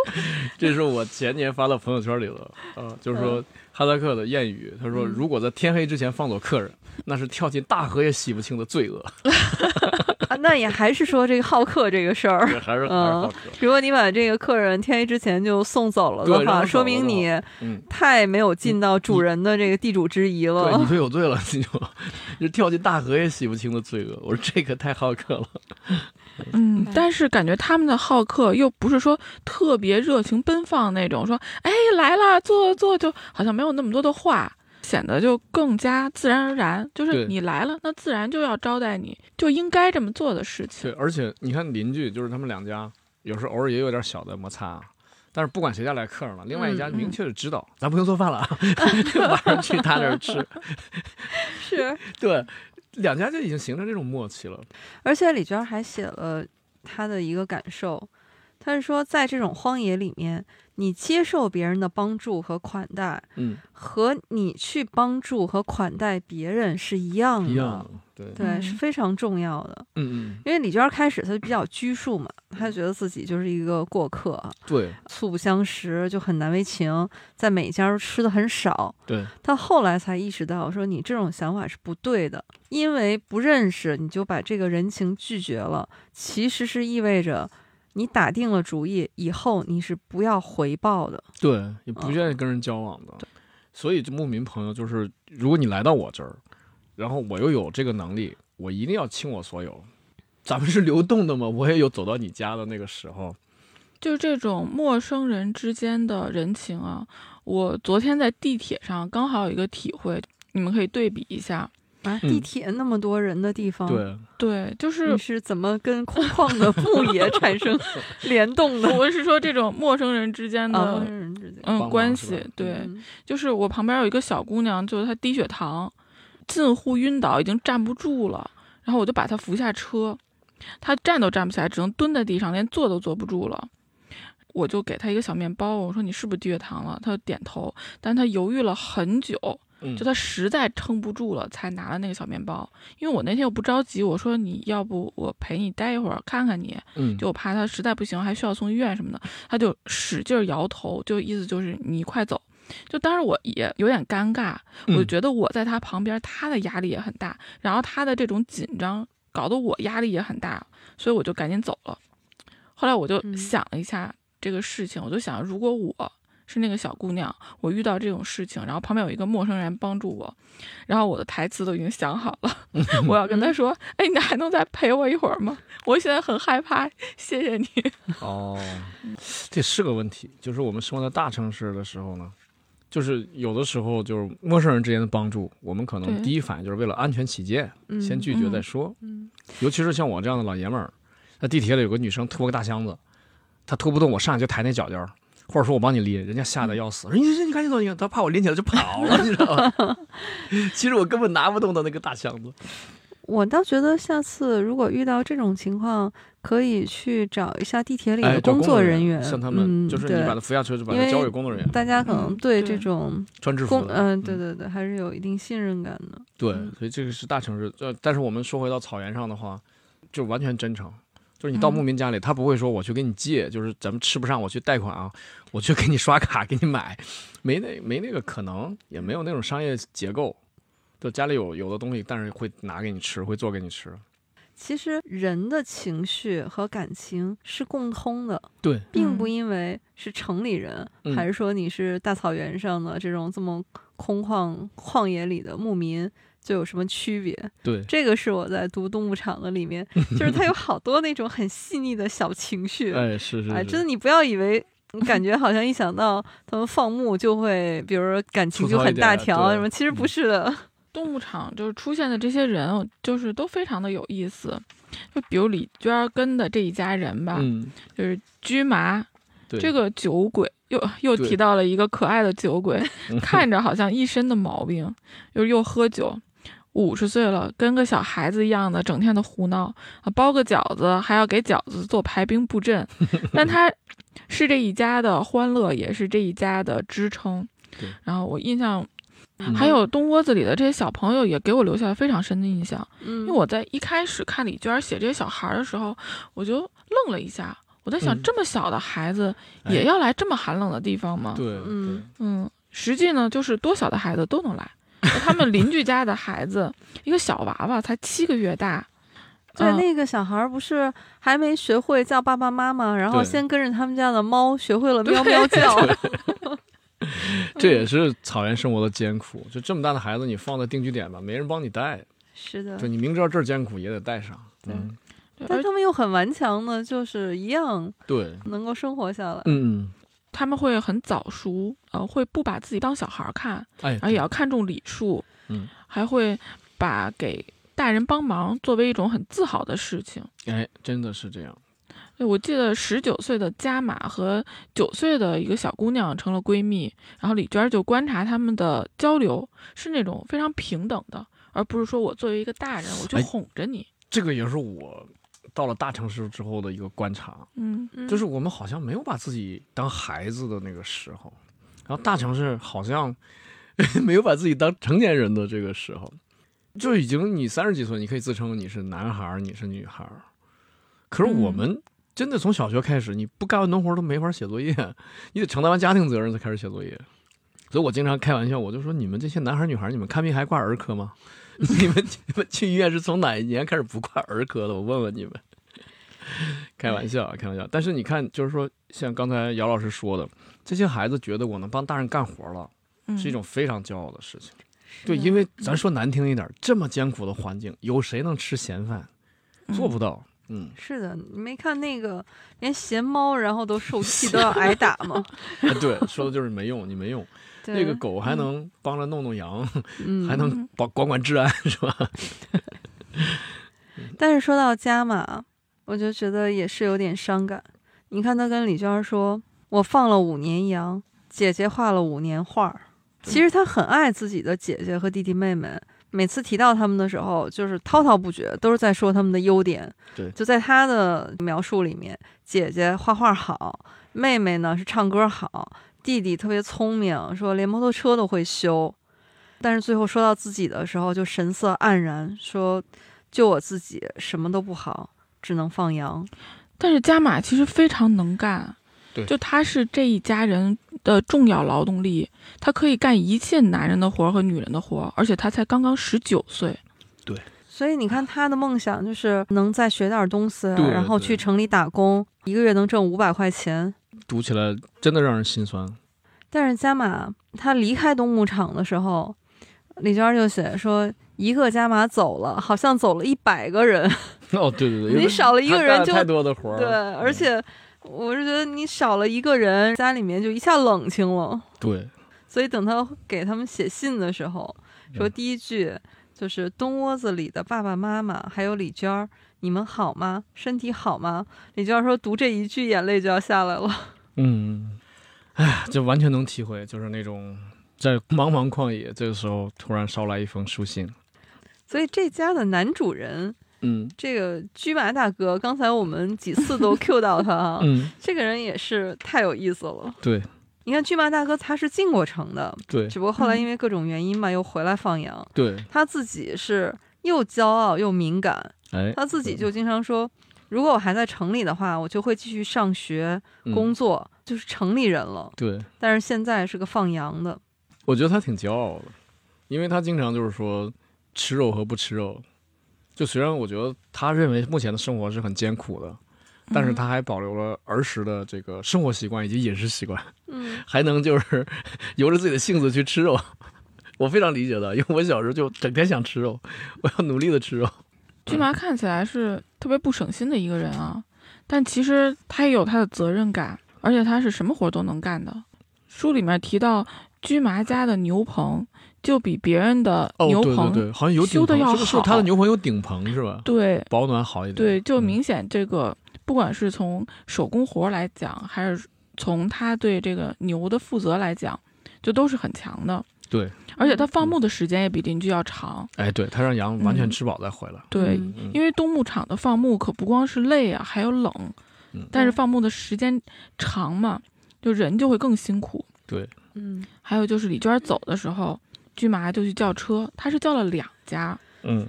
Speaker 2: 这是我前年发到朋友圈里的，呃，就是
Speaker 3: 嗯
Speaker 2: 说哈萨克的谚语，他说如果在天黑之前放走客人，那是跳进大河也洗不清的罪恶，
Speaker 3: 啊，那也还是说这个好客这个事儿。
Speaker 2: 这还是还是
Speaker 3: 嗯
Speaker 2: 好客，
Speaker 3: 如果你把这个客人天黑之前就送走了的
Speaker 2: 对让
Speaker 3: 话，
Speaker 2: 他
Speaker 3: 说
Speaker 2: 走
Speaker 3: 明
Speaker 2: 了
Speaker 3: 你
Speaker 2: 嗯。
Speaker 3: 太没有尽到主人的这个地主之谊
Speaker 2: 对你
Speaker 3: 了。
Speaker 2: 对我对了，你就 就跳进大河也洗不清的罪恶。我说这个太好客了，
Speaker 1: 嗯
Speaker 3: 嗯，
Speaker 1: 但是感觉他们的好客又不是说特别热情奔放那种，说哎来啦，坐坐，就好像没有那么多的话，显得就更加自然而然。就是
Speaker 2: 对
Speaker 1: 你来了，那自然就要招待你，就应该这么做的事
Speaker 2: 对，
Speaker 1: 情。
Speaker 2: 而且你看邻居，就是他们两家，有时候偶尔也有点小的摩擦，啊但是不管谁家来客人了，另外一家
Speaker 3: 嗯
Speaker 1: 嗯
Speaker 2: 明确的知道、咱不用做饭了， 啊，晚上去他那儿吃。
Speaker 3: 是，
Speaker 2: 对，两家就已经形成这种默契了。
Speaker 3: 而且李娟儿还写了她的一个感受，她是说，在这种荒野里面，你接受别人的帮助和款待，
Speaker 2: 嗯，
Speaker 3: 和你去帮助和款待别人是一样的，
Speaker 2: 一样的。对，
Speaker 3: 对，是
Speaker 1: 嗯
Speaker 3: 非常重要的。
Speaker 2: 嗯嗯，
Speaker 3: 因为李娟儿开始她就比较拘束嘛，她觉得自己就是一个过客啊，
Speaker 2: 对
Speaker 3: 素不相识，就很难为情，在每一家都吃的很少。
Speaker 2: 对
Speaker 3: 她后来才意识到，说你这种想法是不对的，因为不认识你就把这个人情拒绝了，其实是意味着你打定了主意以后，你是不要回报的。
Speaker 2: 对，也
Speaker 1: 嗯
Speaker 2: 不愿意跟人交往的。所以，这牧民朋友就是，如果你来到我这儿，然后我又有这个能力，我一定要倾我所有。咱们是流动的嘛，我也有走到你家的那个时候。
Speaker 1: 就是这种陌生人之间的人情啊，我昨天在地铁上刚好有一个体会，你们可以对比一下。
Speaker 3: 啊，
Speaker 2: 嗯
Speaker 3: 地铁那么多人的地
Speaker 1: 嗯
Speaker 3: 方，
Speaker 2: 对，
Speaker 1: 对，就是
Speaker 3: 你是怎么跟空旷 的牧野产生联动的？
Speaker 1: 我是说这种陌生人之间的、
Speaker 3: 啊，人之间，
Speaker 1: 嗯
Speaker 2: 帮忙
Speaker 1: 关
Speaker 2: 是吧
Speaker 1: 系，对，
Speaker 3: 嗯
Speaker 1: 就是我旁边有一个小姑娘，就是她低血糖，近乎晕倒，已经站不住了。然后我就把她扶下车，她站都站不起来，只能蹲在地上，连坐都坐不住了。我就给她一个小面包，我说你是不是低血糖了？她就点头，但她犹豫了很久，
Speaker 2: 嗯
Speaker 1: 就她实在撑不住了，才拿了那个小面包。因为我那天又不着急，我说你要不我陪你待一会儿，看看你，
Speaker 2: 嗯，
Speaker 1: 就我怕他实在不行还需要送医院什么的，他就使劲儿摇头，就意思就是你快走。就当时我也有点尴尬，我就
Speaker 2: 嗯
Speaker 1: 觉得我在他旁边，他的压力也很大，然后他的这种紧张搞得我压力也很大，所以我就赶紧走了。后来我就
Speaker 3: 嗯
Speaker 1: 想了一下这个事情，我就想，如果我是那个小姑娘，我遇到这种事情，然后旁边有一个陌生人帮助我，然后我的台词都已经想好了，我要跟他说：“哎，你还能再陪我一会儿吗？我现在很害怕， 谢谢你。
Speaker 2: 哦，这是个问题。就是我们生活在大城市的时候呢，就是有的时候就是陌生人之间的帮助，我们可能
Speaker 1: 对
Speaker 2: 第一反应就是为了安全起见，
Speaker 3: 嗯
Speaker 2: 先拒绝再
Speaker 1: 嗯
Speaker 2: 说。
Speaker 3: 嗯
Speaker 2: 尤其是像我这样的老爷们儿，在地铁里有个女生拖个大箱子，她拖不动，我上去就抬那脚尖儿，或者说我帮你拎，人家吓得要 死，说你你你赶紧走，你赶紧走她怕我拎起来就跑了，你知道吗？其实我根本拿不动的那个大箱子。
Speaker 3: 我倒觉得下次如果遇到这种情况，可以去找一下地铁里
Speaker 2: 哎，
Speaker 3: 的
Speaker 2: 找
Speaker 3: 工作
Speaker 2: 人
Speaker 3: 人员，
Speaker 2: 像他
Speaker 3: 嗯
Speaker 2: 们就是你
Speaker 3: 对
Speaker 2: 把他扶下车，就把
Speaker 3: 因
Speaker 2: 他
Speaker 3: 为
Speaker 2: 交给工作人员，
Speaker 3: 大家可能
Speaker 1: 嗯
Speaker 3: 对
Speaker 1: 对
Speaker 3: 这种
Speaker 2: 穿制服
Speaker 3: 工，
Speaker 2: 的。
Speaker 3: 嗯，对对对，还是有一定信任感的。
Speaker 2: 对
Speaker 3: 嗯，
Speaker 2: 所以这个是大城市。呃，但是我们说回到草原上的话，就完全真诚。就是你到
Speaker 1: 嗯
Speaker 2: 牧民家里，他不会说我去给你借，就是咱们吃不上我去贷款啊，我去给你刷卡给你买，没那没那个可能，也没有那种商业结构。就家里有有的东西，但是会拿给你吃，会做给你吃。
Speaker 3: 其实人的情绪和感情是共通的，
Speaker 2: 对，
Speaker 3: 并不因为是城里人，
Speaker 2: 嗯
Speaker 3: 还是说你是大草原上的这种这么空旷旷野里的牧民，就有什么区别？
Speaker 2: 对，
Speaker 3: 这个是我在读《动物场》的里面，就 是它有好多那种很细腻的小情绪，
Speaker 2: 哎，是是是，
Speaker 3: 哎，真的你不要以为。你感觉好像一想到他们放牧就会，比如说感情就
Speaker 2: 粗糙一
Speaker 3: 很
Speaker 2: 点
Speaker 3: 大条啊
Speaker 2: 对嗯
Speaker 3: 什么，其实不是的。
Speaker 1: 动物场就是出现的这些人，就是都非常的有意思。就比如李娟儿跟的这一家人
Speaker 3: 啊
Speaker 1: 吧，
Speaker 2: 嗯，
Speaker 1: 就是驹麻
Speaker 2: 对，
Speaker 1: 这个酒鬼，又又
Speaker 2: 对嗯
Speaker 1: 提到了一个可爱的酒鬼，看着好像一身的毛病，就是又喝酒，五十岁了，跟个小孩子一样的，整天的胡闹，啊包个饺子还要给饺子做排兵布 阵，但他是这一家的欢乐，也是这一家的支撑
Speaker 2: 对。
Speaker 1: 然后我印象，
Speaker 2: 嗯
Speaker 1: 还有东窝子里的这些小朋友也给我留下了非常深的印象，
Speaker 3: 嗯，
Speaker 1: 因为我在一开始看李娟写这些小孩儿的时候，我就愣了一下。我在想
Speaker 2: 嗯，
Speaker 1: 这么小的孩子
Speaker 2: 哎
Speaker 1: 也要来这么寒冷的地方吗？
Speaker 2: 对，
Speaker 3: 嗯
Speaker 1: 嗯，实际呢，就是多小的孩子都能 来。他们邻居家的孩子，一个小娃娃才七个月大，
Speaker 3: 对，
Speaker 1: 嗯
Speaker 3: 那个小孩儿不是还没学会叫爸爸妈妈，然后
Speaker 2: 对
Speaker 3: 先跟着他们家的猫学会了
Speaker 1: 对嗯
Speaker 3: 喵 喵叫。
Speaker 2: 对， 这也是草原生活的艰苦。就这么大的孩子，你放在定居点吧，没人帮你带，
Speaker 3: 是的
Speaker 2: 就，你明知道这儿艰苦也得带上。
Speaker 3: 对
Speaker 2: 嗯，
Speaker 1: 对
Speaker 3: 但
Speaker 1: 而
Speaker 3: 他们又很顽强的，就是一样
Speaker 2: 对，
Speaker 3: 能够生活下来。
Speaker 2: 嗯。
Speaker 1: 他们会很早熟，呃，会不把自己当小孩儿看，
Speaker 2: 哎，
Speaker 1: 然后也要看重礼数，
Speaker 2: 嗯，
Speaker 1: 还会把给大人帮忙作为一种很自豪的事情。
Speaker 2: 对哎，真的是这样。
Speaker 1: 对，我记得十九岁的加玛和九岁的一个小姑娘成了闺蜜，然后李娟儿就观察她们的交流是那种非常平等的，而不是说我作为一个大人我就
Speaker 2: 哎
Speaker 1: 哄着你，
Speaker 2: 这个也是我到了大城市之后的一个观察，啊
Speaker 1: 嗯，
Speaker 3: 嗯
Speaker 2: 就是我们好像没有把自己当孩子的那个时候，然后大城市好像 没有把自己当成年人的这个时候，就已经你三十几岁，你可以自称你是男孩儿，你是女孩儿，可是我
Speaker 1: 嗯
Speaker 2: 们。真的从小学开始，你不干完农活都没法写作业，你得承担完家庭责任才开始写作业。所以我经常开玩笑，我就说你们这些男孩儿女孩儿，你们看病还挂儿科 吗？你们你们去医院是从哪一年开始不挂儿科的？我问问你们。开玩笑，啊开玩笑。但是你看，就是说，像刚才姚老师说的，这些孩子觉得我能帮大人干活了，
Speaker 1: 嗯
Speaker 2: 是一种非常骄傲的事情。
Speaker 3: 是
Speaker 2: 对，
Speaker 3: 的
Speaker 2: 因为咱说难听一点，这么艰苦的环境，有谁能吃闲饭？做不
Speaker 1: 到。
Speaker 2: 到。嗯，
Speaker 3: 是的，你没看那个连闲猫然后都受气都要挨打 吗？
Speaker 2: 哎对，说的就是没用，你没用。那
Speaker 3: 对
Speaker 2: 个狗还能帮着弄弄羊，
Speaker 3: 嗯
Speaker 2: 还能保管管治安，是吧？
Speaker 3: 但是说到家嘛，我就觉得也是有点伤感。你看他跟李娟儿说：“我放了五年羊，姐姐画了五年画儿。”其实他很爱自己的姐姐和弟弟妹妹，每次提到他们的时候，就是滔滔不绝，都是在说他们的优点。
Speaker 2: 对
Speaker 3: 就在他的描述里面，姐姐画画好，妹妹呢是唱歌好，弟弟特别聪明，说连摩托车都会修。但是最后说到自己的时候，就神色黯然，说就我自己什么都不好，只能放羊。
Speaker 1: 但是加马其实非常能干，
Speaker 2: 对
Speaker 1: 就他是这一家人的重要劳动力，他可以干一切男人的活儿和女人的活儿，而且他才刚刚十九岁。
Speaker 3: 所以你看，他的梦想就是能再学点东西，
Speaker 2: 对
Speaker 3: 然后去
Speaker 2: 对
Speaker 3: 城里打工，一个月能挣五百块钱。
Speaker 2: 读起来真的让人心酸。
Speaker 3: 但是加马他离开东牧场的时候，李娟儿就写说，一个加马走了，好像走了一百个人。
Speaker 2: 哦，对对对，因
Speaker 3: 你
Speaker 2: 为
Speaker 3: 少了一
Speaker 2: 他
Speaker 3: 个
Speaker 2: 干
Speaker 3: 人
Speaker 2: 了
Speaker 3: 就
Speaker 2: 太多的活儿
Speaker 3: 对，
Speaker 2: 了。嗯
Speaker 3: 而且我是觉得你少了一个人，家里面就一下冷清了。
Speaker 2: 对，
Speaker 3: 所以等他给他们写信的时候，说
Speaker 2: 嗯
Speaker 3: 第一句就是“东窝子里的爸爸妈妈还有李娟儿，你们好吗？身体好吗？”李娟儿说读这一句眼泪就要下来了。
Speaker 2: 嗯，哎，这完全能体会，就是那种在茫茫旷野，这个时候突然捎来一封书信。
Speaker 3: 所以这家的男主人，
Speaker 2: 嗯
Speaker 3: 这个驹马大哥，刚才我们几次 都 Q 到他啊，
Speaker 2: 嗯，
Speaker 3: 这个人也是太有意思了。
Speaker 2: 对
Speaker 3: 你看驹马大哥他是进过城的，
Speaker 2: 对嗯
Speaker 3: 只不过后来因为各种原因嘛，又回来放羊。
Speaker 2: 对，
Speaker 3: 他自己是又骄傲又敏感，
Speaker 2: 哎，
Speaker 3: 他自己就经常说，如果我还在城里的话，我就会继续上学、
Speaker 2: 嗯
Speaker 3: 工作，就是城里人了。
Speaker 2: 对，
Speaker 3: 但是现在是个放羊的，
Speaker 2: 我觉得他挺骄傲的，因为他经常就是说吃肉和不吃肉。就虽然我觉得他认为目前的生活是很艰苦的，但是他还保留了儿时的这个生活习惯以及饮食习惯，
Speaker 3: 嗯，
Speaker 2: 还能就是 由着自己的性子去吃肉。 我非常理解的，因为我小时候就整天想吃肉，我要努力的吃肉。
Speaker 1: 骏马看起来是特别不省心的一个人啊，但其实他也有他的责任感，而且他是什么活儿都能干的。书里面提到，驹麻家的牛棚就比别人的
Speaker 2: 哦，
Speaker 1: 牛
Speaker 2: 对对
Speaker 1: 棚、
Speaker 2: 对，好像有顶
Speaker 1: 修得
Speaker 2: 棚，
Speaker 1: 要
Speaker 2: 是不是他
Speaker 1: 好
Speaker 2: 的牛棚有顶棚是吧？
Speaker 1: 对
Speaker 2: 保暖好一点。
Speaker 1: 对，就
Speaker 2: 嗯
Speaker 1: 明显这个，不管是从手工活儿来讲，还是从他对这个牛的负责来讲，就都是很强的。
Speaker 2: 对，嗯
Speaker 1: 而且他放牧的时间也比邻居要长。
Speaker 2: 哎，对他让羊完全
Speaker 1: 嗯
Speaker 2: 吃饱再回来。
Speaker 1: 对，
Speaker 3: 嗯
Speaker 2: 嗯，
Speaker 1: 因为冬牧场的放牧可不光是累啊，还有冷
Speaker 2: 嗯，
Speaker 1: 但是放牧的时间长嘛，就人就会更辛苦。
Speaker 3: 嗯，
Speaker 1: 还有就是李娟走的时候，驹麻就去叫车，他是叫了两家，
Speaker 2: 嗯，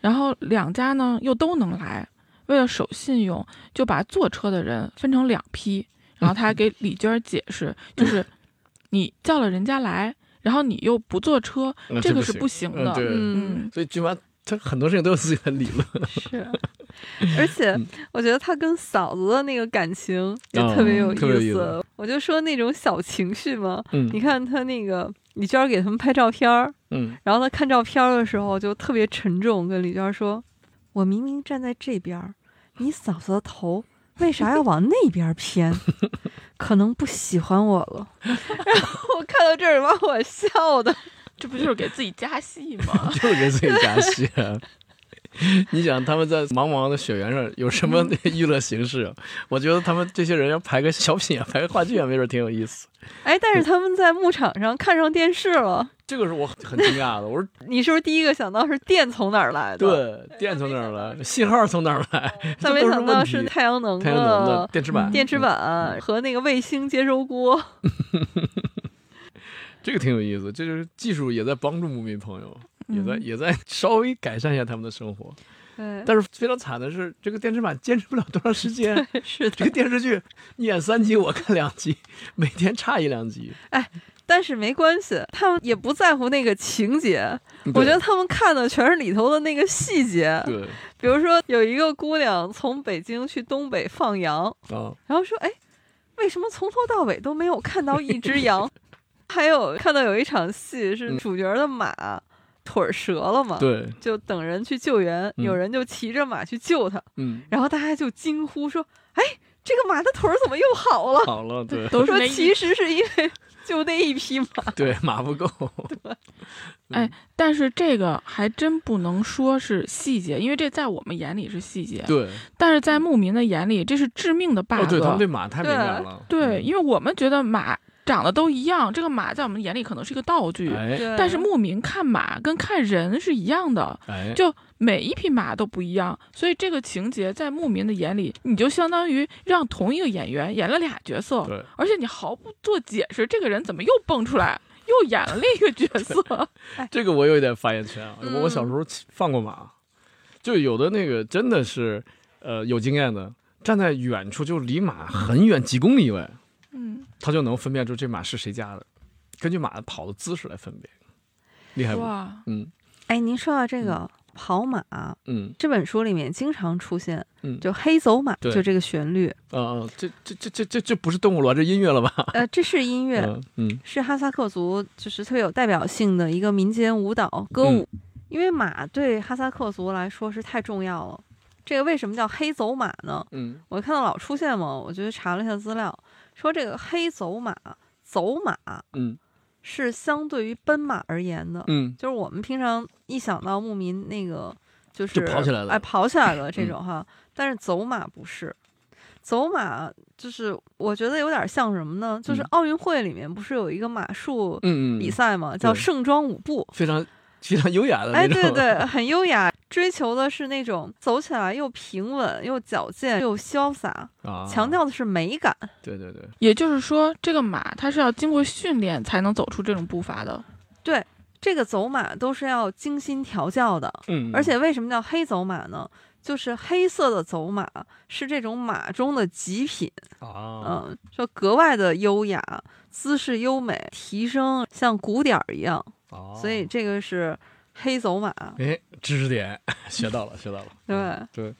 Speaker 1: 然后两家呢又都能来，为了守信用，就把坐车的人分成两批，然后他还给李娟儿解释，就是 你叫了人家来，然后你又不坐车，
Speaker 2: 那
Speaker 1: 这
Speaker 2: 这
Speaker 1: 个
Speaker 2: 不
Speaker 1: 是
Speaker 2: 行
Speaker 1: 不行
Speaker 2: 嗯
Speaker 1: 的。
Speaker 2: 对
Speaker 1: 嗯，
Speaker 2: 所以骏马他很多事情都有自己的理论。
Speaker 3: 是。 而且我觉得他跟嫂子的那个感情也特别有
Speaker 2: 嗯嗯特别有
Speaker 3: 意
Speaker 2: 意
Speaker 3: 思。
Speaker 2: 思
Speaker 3: 我就说那种小情绪嘛，你
Speaker 2: 嗯
Speaker 3: 看他那个李娟儿给他们拍照片儿，
Speaker 2: 嗯，
Speaker 3: 然后他看照片儿的时候就特别沉重，跟李娟儿说：“我明明站在这边儿，你嫂子的头为啥要往那边儿偏？ 可能不喜欢我了。” 然后我看到这儿把我笑的，
Speaker 1: 这不就是给自己加戏吗？
Speaker 2: 就是给自己加戏。 你想他们在茫茫的雪原上有什么娱乐形式啊？我觉得他们这些人要排个小品啊，排个话剧啊，没准挺有意思。
Speaker 3: 哎，但是他们在牧场上看上电视了，
Speaker 2: 这个是我很惊讶的。我说，
Speaker 3: 你是不是第一个想到是电从哪儿来 的？，
Speaker 2: 对，电从哪儿来？信号从哪儿 来？
Speaker 3: 但哦没想到是太阳能
Speaker 2: 太阳能的嗯
Speaker 3: 的
Speaker 2: 电池板，
Speaker 3: 电池板和那个卫星接收锅。
Speaker 2: 这个挺有意思。这就是技术也在帮助牧民朋友，也在
Speaker 1: 嗯
Speaker 2: 也在稍微改善一下他们的生活。
Speaker 3: 对，
Speaker 2: 但是非常惨的是，这个电池板坚持不了多长时间。
Speaker 3: 是的
Speaker 2: 这个。电视剧你演三集，我看两集，每天差一两集。
Speaker 3: 但是没关系，他们也不在乎那个情节，
Speaker 2: 对
Speaker 3: 我觉得他们看的全是里头的那个细节。
Speaker 2: 对
Speaker 3: 比如说，有一个姑娘从北京去东北放羊，
Speaker 2: 啊，
Speaker 3: 然后说：“哎，为什么从头到尾都没有看到一只 羊？”还有看到有一场戏是
Speaker 2: 嗯
Speaker 3: 主角的马、腿儿折了嘛，
Speaker 2: 对，
Speaker 3: 就等人去救援，
Speaker 2: 嗯
Speaker 3: 有人就骑着马去救他，
Speaker 2: 嗯，
Speaker 3: 然后大家就惊呼说：“哎，这个马的腿儿怎么又好了
Speaker 2: 好了， 对？”
Speaker 1: 都是
Speaker 3: 说
Speaker 1: 那
Speaker 3: 其实是因为就那一匹马，
Speaker 2: 对，马不够，
Speaker 1: 但是这个还真不能说是细节，因为这在我们眼里是细节，
Speaker 2: 对，
Speaker 1: 但是在牧民的眼里这是致命的 bug。
Speaker 2: 哦，对他们对马太敏
Speaker 3: 对
Speaker 2: 感了，
Speaker 1: 对
Speaker 2: 嗯
Speaker 1: 因为我们觉得马长得都一样，这个马在我们眼里可能是一个道具，
Speaker 2: 哎
Speaker 1: 但是牧民看马跟看人是一样的，
Speaker 2: 哎，
Speaker 1: 就每一匹马都不一样，所以这个情节在牧民的眼里，你就相当于让同一个演员演了俩角色，
Speaker 2: 对，
Speaker 1: 而且你毫不做解释，这个人怎么又蹦出来，又演了另一个角色？
Speaker 2: 这个我有一点发言权啊，
Speaker 3: 嗯
Speaker 2: 我我小时候放过马，就有的那个真的是，呃，有经验的，站在远处就离马很远几公里以外，
Speaker 1: 嗯，
Speaker 2: 他就能分辨出这马是谁家的，根据马跑的姿势来分别，厉害不？
Speaker 1: 哇，
Speaker 2: 嗯
Speaker 3: 哎，您说到这个跑马啊
Speaker 2: 嗯
Speaker 3: 这本书里面经常出现，
Speaker 2: 嗯
Speaker 3: 就黑走马，
Speaker 2: 对
Speaker 3: 就这个 旋律，
Speaker 2: 啊啊，这这这这这这不是动物了，这音乐了吧？
Speaker 3: 呃，这是音乐，
Speaker 2: 嗯嗯
Speaker 3: 是哈萨克族就是特别有代表性的一个民间舞蹈歌
Speaker 2: 嗯
Speaker 3: 舞，因为马对哈萨克族来说是太重要了。这个为什么叫黑走马呢？
Speaker 2: 嗯
Speaker 3: 我看到老出现嘛，我就查了一下资料，说这个黑走马，走马
Speaker 2: 嗯
Speaker 3: 是相对于奔马而言的，
Speaker 2: 嗯，
Speaker 3: 就是我们平常一想到牧民那个就是
Speaker 2: 就跑起来了嗯
Speaker 3: 哎，跑起来 了这种哈，但是走马不是，走马就是我觉得有点像什么呢？就是
Speaker 2: 嗯
Speaker 3: 奥运会里面不是有一个马术
Speaker 2: 嗯嗯，
Speaker 3: 比赛嘛，叫
Speaker 2: 对
Speaker 3: 盛装舞步，
Speaker 2: 非常非常优雅的
Speaker 3: 哎，
Speaker 2: 那种，
Speaker 3: 对 对，很优雅，追求的是那种走起来又平稳又矫健又潇洒，
Speaker 2: 啊，
Speaker 3: 强调的是美感。
Speaker 2: 对对对，
Speaker 1: 也就是说，这个马它是要经过训练才能走出这种步伐的。
Speaker 3: 这个走马都是要精心调教的，
Speaker 2: 嗯，
Speaker 3: 而且为什么叫黑走马呢？就是黑色的走马是这种马中的极品，
Speaker 2: 啊，
Speaker 3: 嗯，说格外的优雅，姿势优美，提升像鼓点儿一样，
Speaker 2: 哦
Speaker 3: 所以这个是黑走马。
Speaker 2: 哎，知识点学到了，学到了。
Speaker 3: 对
Speaker 2: 嗯对，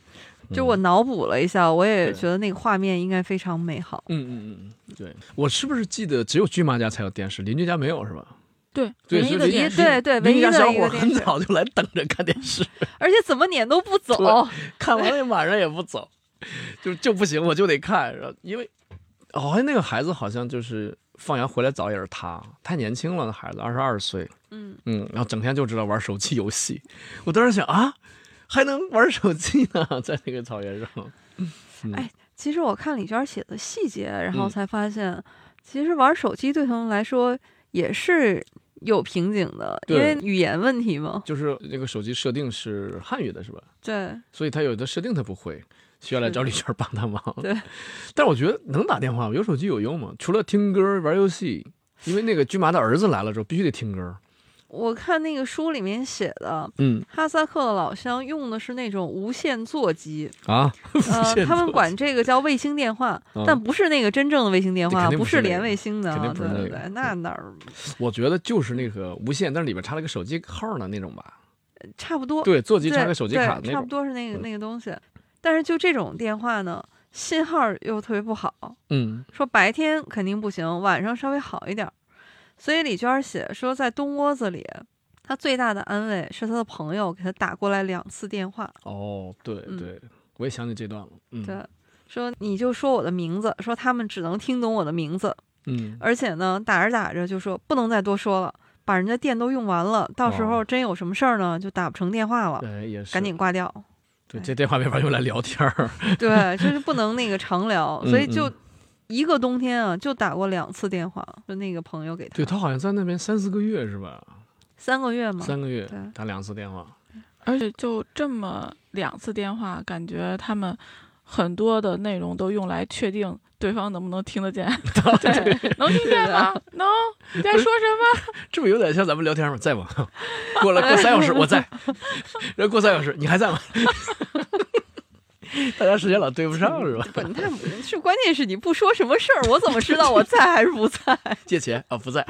Speaker 3: 就我脑补了一下，我也
Speaker 2: 对
Speaker 3: 觉得那个画面应该非常美好。
Speaker 2: 嗯，嗯嗯嗯，对我是不是记得只有军妈家才有电视，邻居家没有是吧？
Speaker 1: 对，
Speaker 2: 对
Speaker 1: 唯一
Speaker 2: 所以
Speaker 1: 的
Speaker 2: 这
Speaker 1: 电
Speaker 2: 一
Speaker 1: 视
Speaker 3: 对对，
Speaker 2: 邻
Speaker 3: 唯
Speaker 2: 居
Speaker 3: 一
Speaker 2: 家
Speaker 3: 的
Speaker 2: 小
Speaker 3: 一
Speaker 2: 伙
Speaker 3: 个
Speaker 2: 儿很
Speaker 3: 电视，
Speaker 2: 早就来等着看电视，
Speaker 3: 而且怎么撵都不走。
Speaker 2: 看完了晚上也不走，就就不行，我就得看。然后因为好像那个孩子好像就是放羊回来早也是他，太年轻了，那孩子二十二岁，
Speaker 3: 嗯，
Speaker 2: 嗯，然后整天就知道玩手机游戏。我当时想啊，还能玩手机呢， 在那个草原上。
Speaker 3: 其实我看李娟写的细节，然后
Speaker 2: 嗯
Speaker 3: 才发现，其实玩手机对他们来说也是有瓶颈的，因
Speaker 2: 对
Speaker 3: 为语言问题嘛。
Speaker 2: 就是那个手机设定是汉语的是吧？
Speaker 3: 对，
Speaker 2: 所以他有的设定他不会，需要来找李娟帮他忙。
Speaker 3: 对，
Speaker 2: 但我觉得能打电话吗？有手机有用吗？除了听歌、玩游戏，因为那个军麻的儿子来了之后必须得听歌。
Speaker 3: 我看那个书里面写的，
Speaker 2: 嗯
Speaker 3: 哈萨克的老乡用的是那种无线座机，
Speaker 2: 啊，
Speaker 3: 呃，
Speaker 2: 线
Speaker 3: 他们
Speaker 2: 座
Speaker 3: 管这个叫卫星电话，
Speaker 2: 嗯
Speaker 3: 但不是那个真正的卫星电
Speaker 2: 这
Speaker 3: 话，
Speaker 2: 肯定
Speaker 3: 不
Speaker 2: 不
Speaker 3: 是
Speaker 2: 是那
Speaker 3: 连
Speaker 2: 个
Speaker 3: 卫星的
Speaker 2: 肯
Speaker 3: 啊，
Speaker 2: 定不
Speaker 3: 对
Speaker 2: 是
Speaker 3: 对
Speaker 2: 那
Speaker 3: 对
Speaker 2: 个，
Speaker 3: 那哪儿
Speaker 2: 我觉得就是那个无线，但是里边插了个手机号的那种吧。
Speaker 3: 差不多，
Speaker 2: 对，座机
Speaker 3: 对
Speaker 2: 插个手机卡
Speaker 3: 对
Speaker 2: 那
Speaker 3: 差
Speaker 2: 种。
Speaker 3: 不多是那个
Speaker 2: 嗯
Speaker 3: 那个东西。但是就这种电话呢，信号又特别不好，
Speaker 2: 嗯
Speaker 3: 说白天肯定不行，晚上稍微好一点儿。所以李娟儿写说，在东窝子里，她最大的安慰是她的朋友给她打过来两次电话，
Speaker 2: 哦，对
Speaker 3: 嗯
Speaker 2: 对，我也想起这段了。嗯，
Speaker 3: 对，说你就说我的名字，说他们只能听懂我的名字，
Speaker 2: 嗯，
Speaker 3: 而且呢，打着打着就说不能再多说了，把人家电都用完了，到时候
Speaker 2: 哦
Speaker 3: 真有什么事儿呢，就打不成电话了，
Speaker 2: 对，哎也是。
Speaker 3: 赶紧挂哎掉。
Speaker 2: 对，这电话没法用来聊天儿。
Speaker 3: 对，就是不能那个常聊，
Speaker 2: 嗯
Speaker 3: 所以就
Speaker 2: 嗯
Speaker 3: 一个冬天啊，就打过两次电话，就那个朋友给他，
Speaker 2: 对他好像在那边三四个月是吧？
Speaker 3: 三个月嘛，
Speaker 2: 三个月
Speaker 3: 对
Speaker 2: 打两次电话。
Speaker 1: 而且就这么两次电话，感觉他们很多的内容都用来确定对方能不能听得 见。对，能听见
Speaker 2: 啊
Speaker 1: 吗？能。你在说什
Speaker 2: 这不有点像咱们聊天吗？在吗？ 过了过三小时我在，然后过三小时你还在吗？ 大家时间老对不上是吧？
Speaker 3: 不，你看， 是关键是你不说什么事儿，我怎么知道我在还是不在？
Speaker 2: 借钱啊，不在，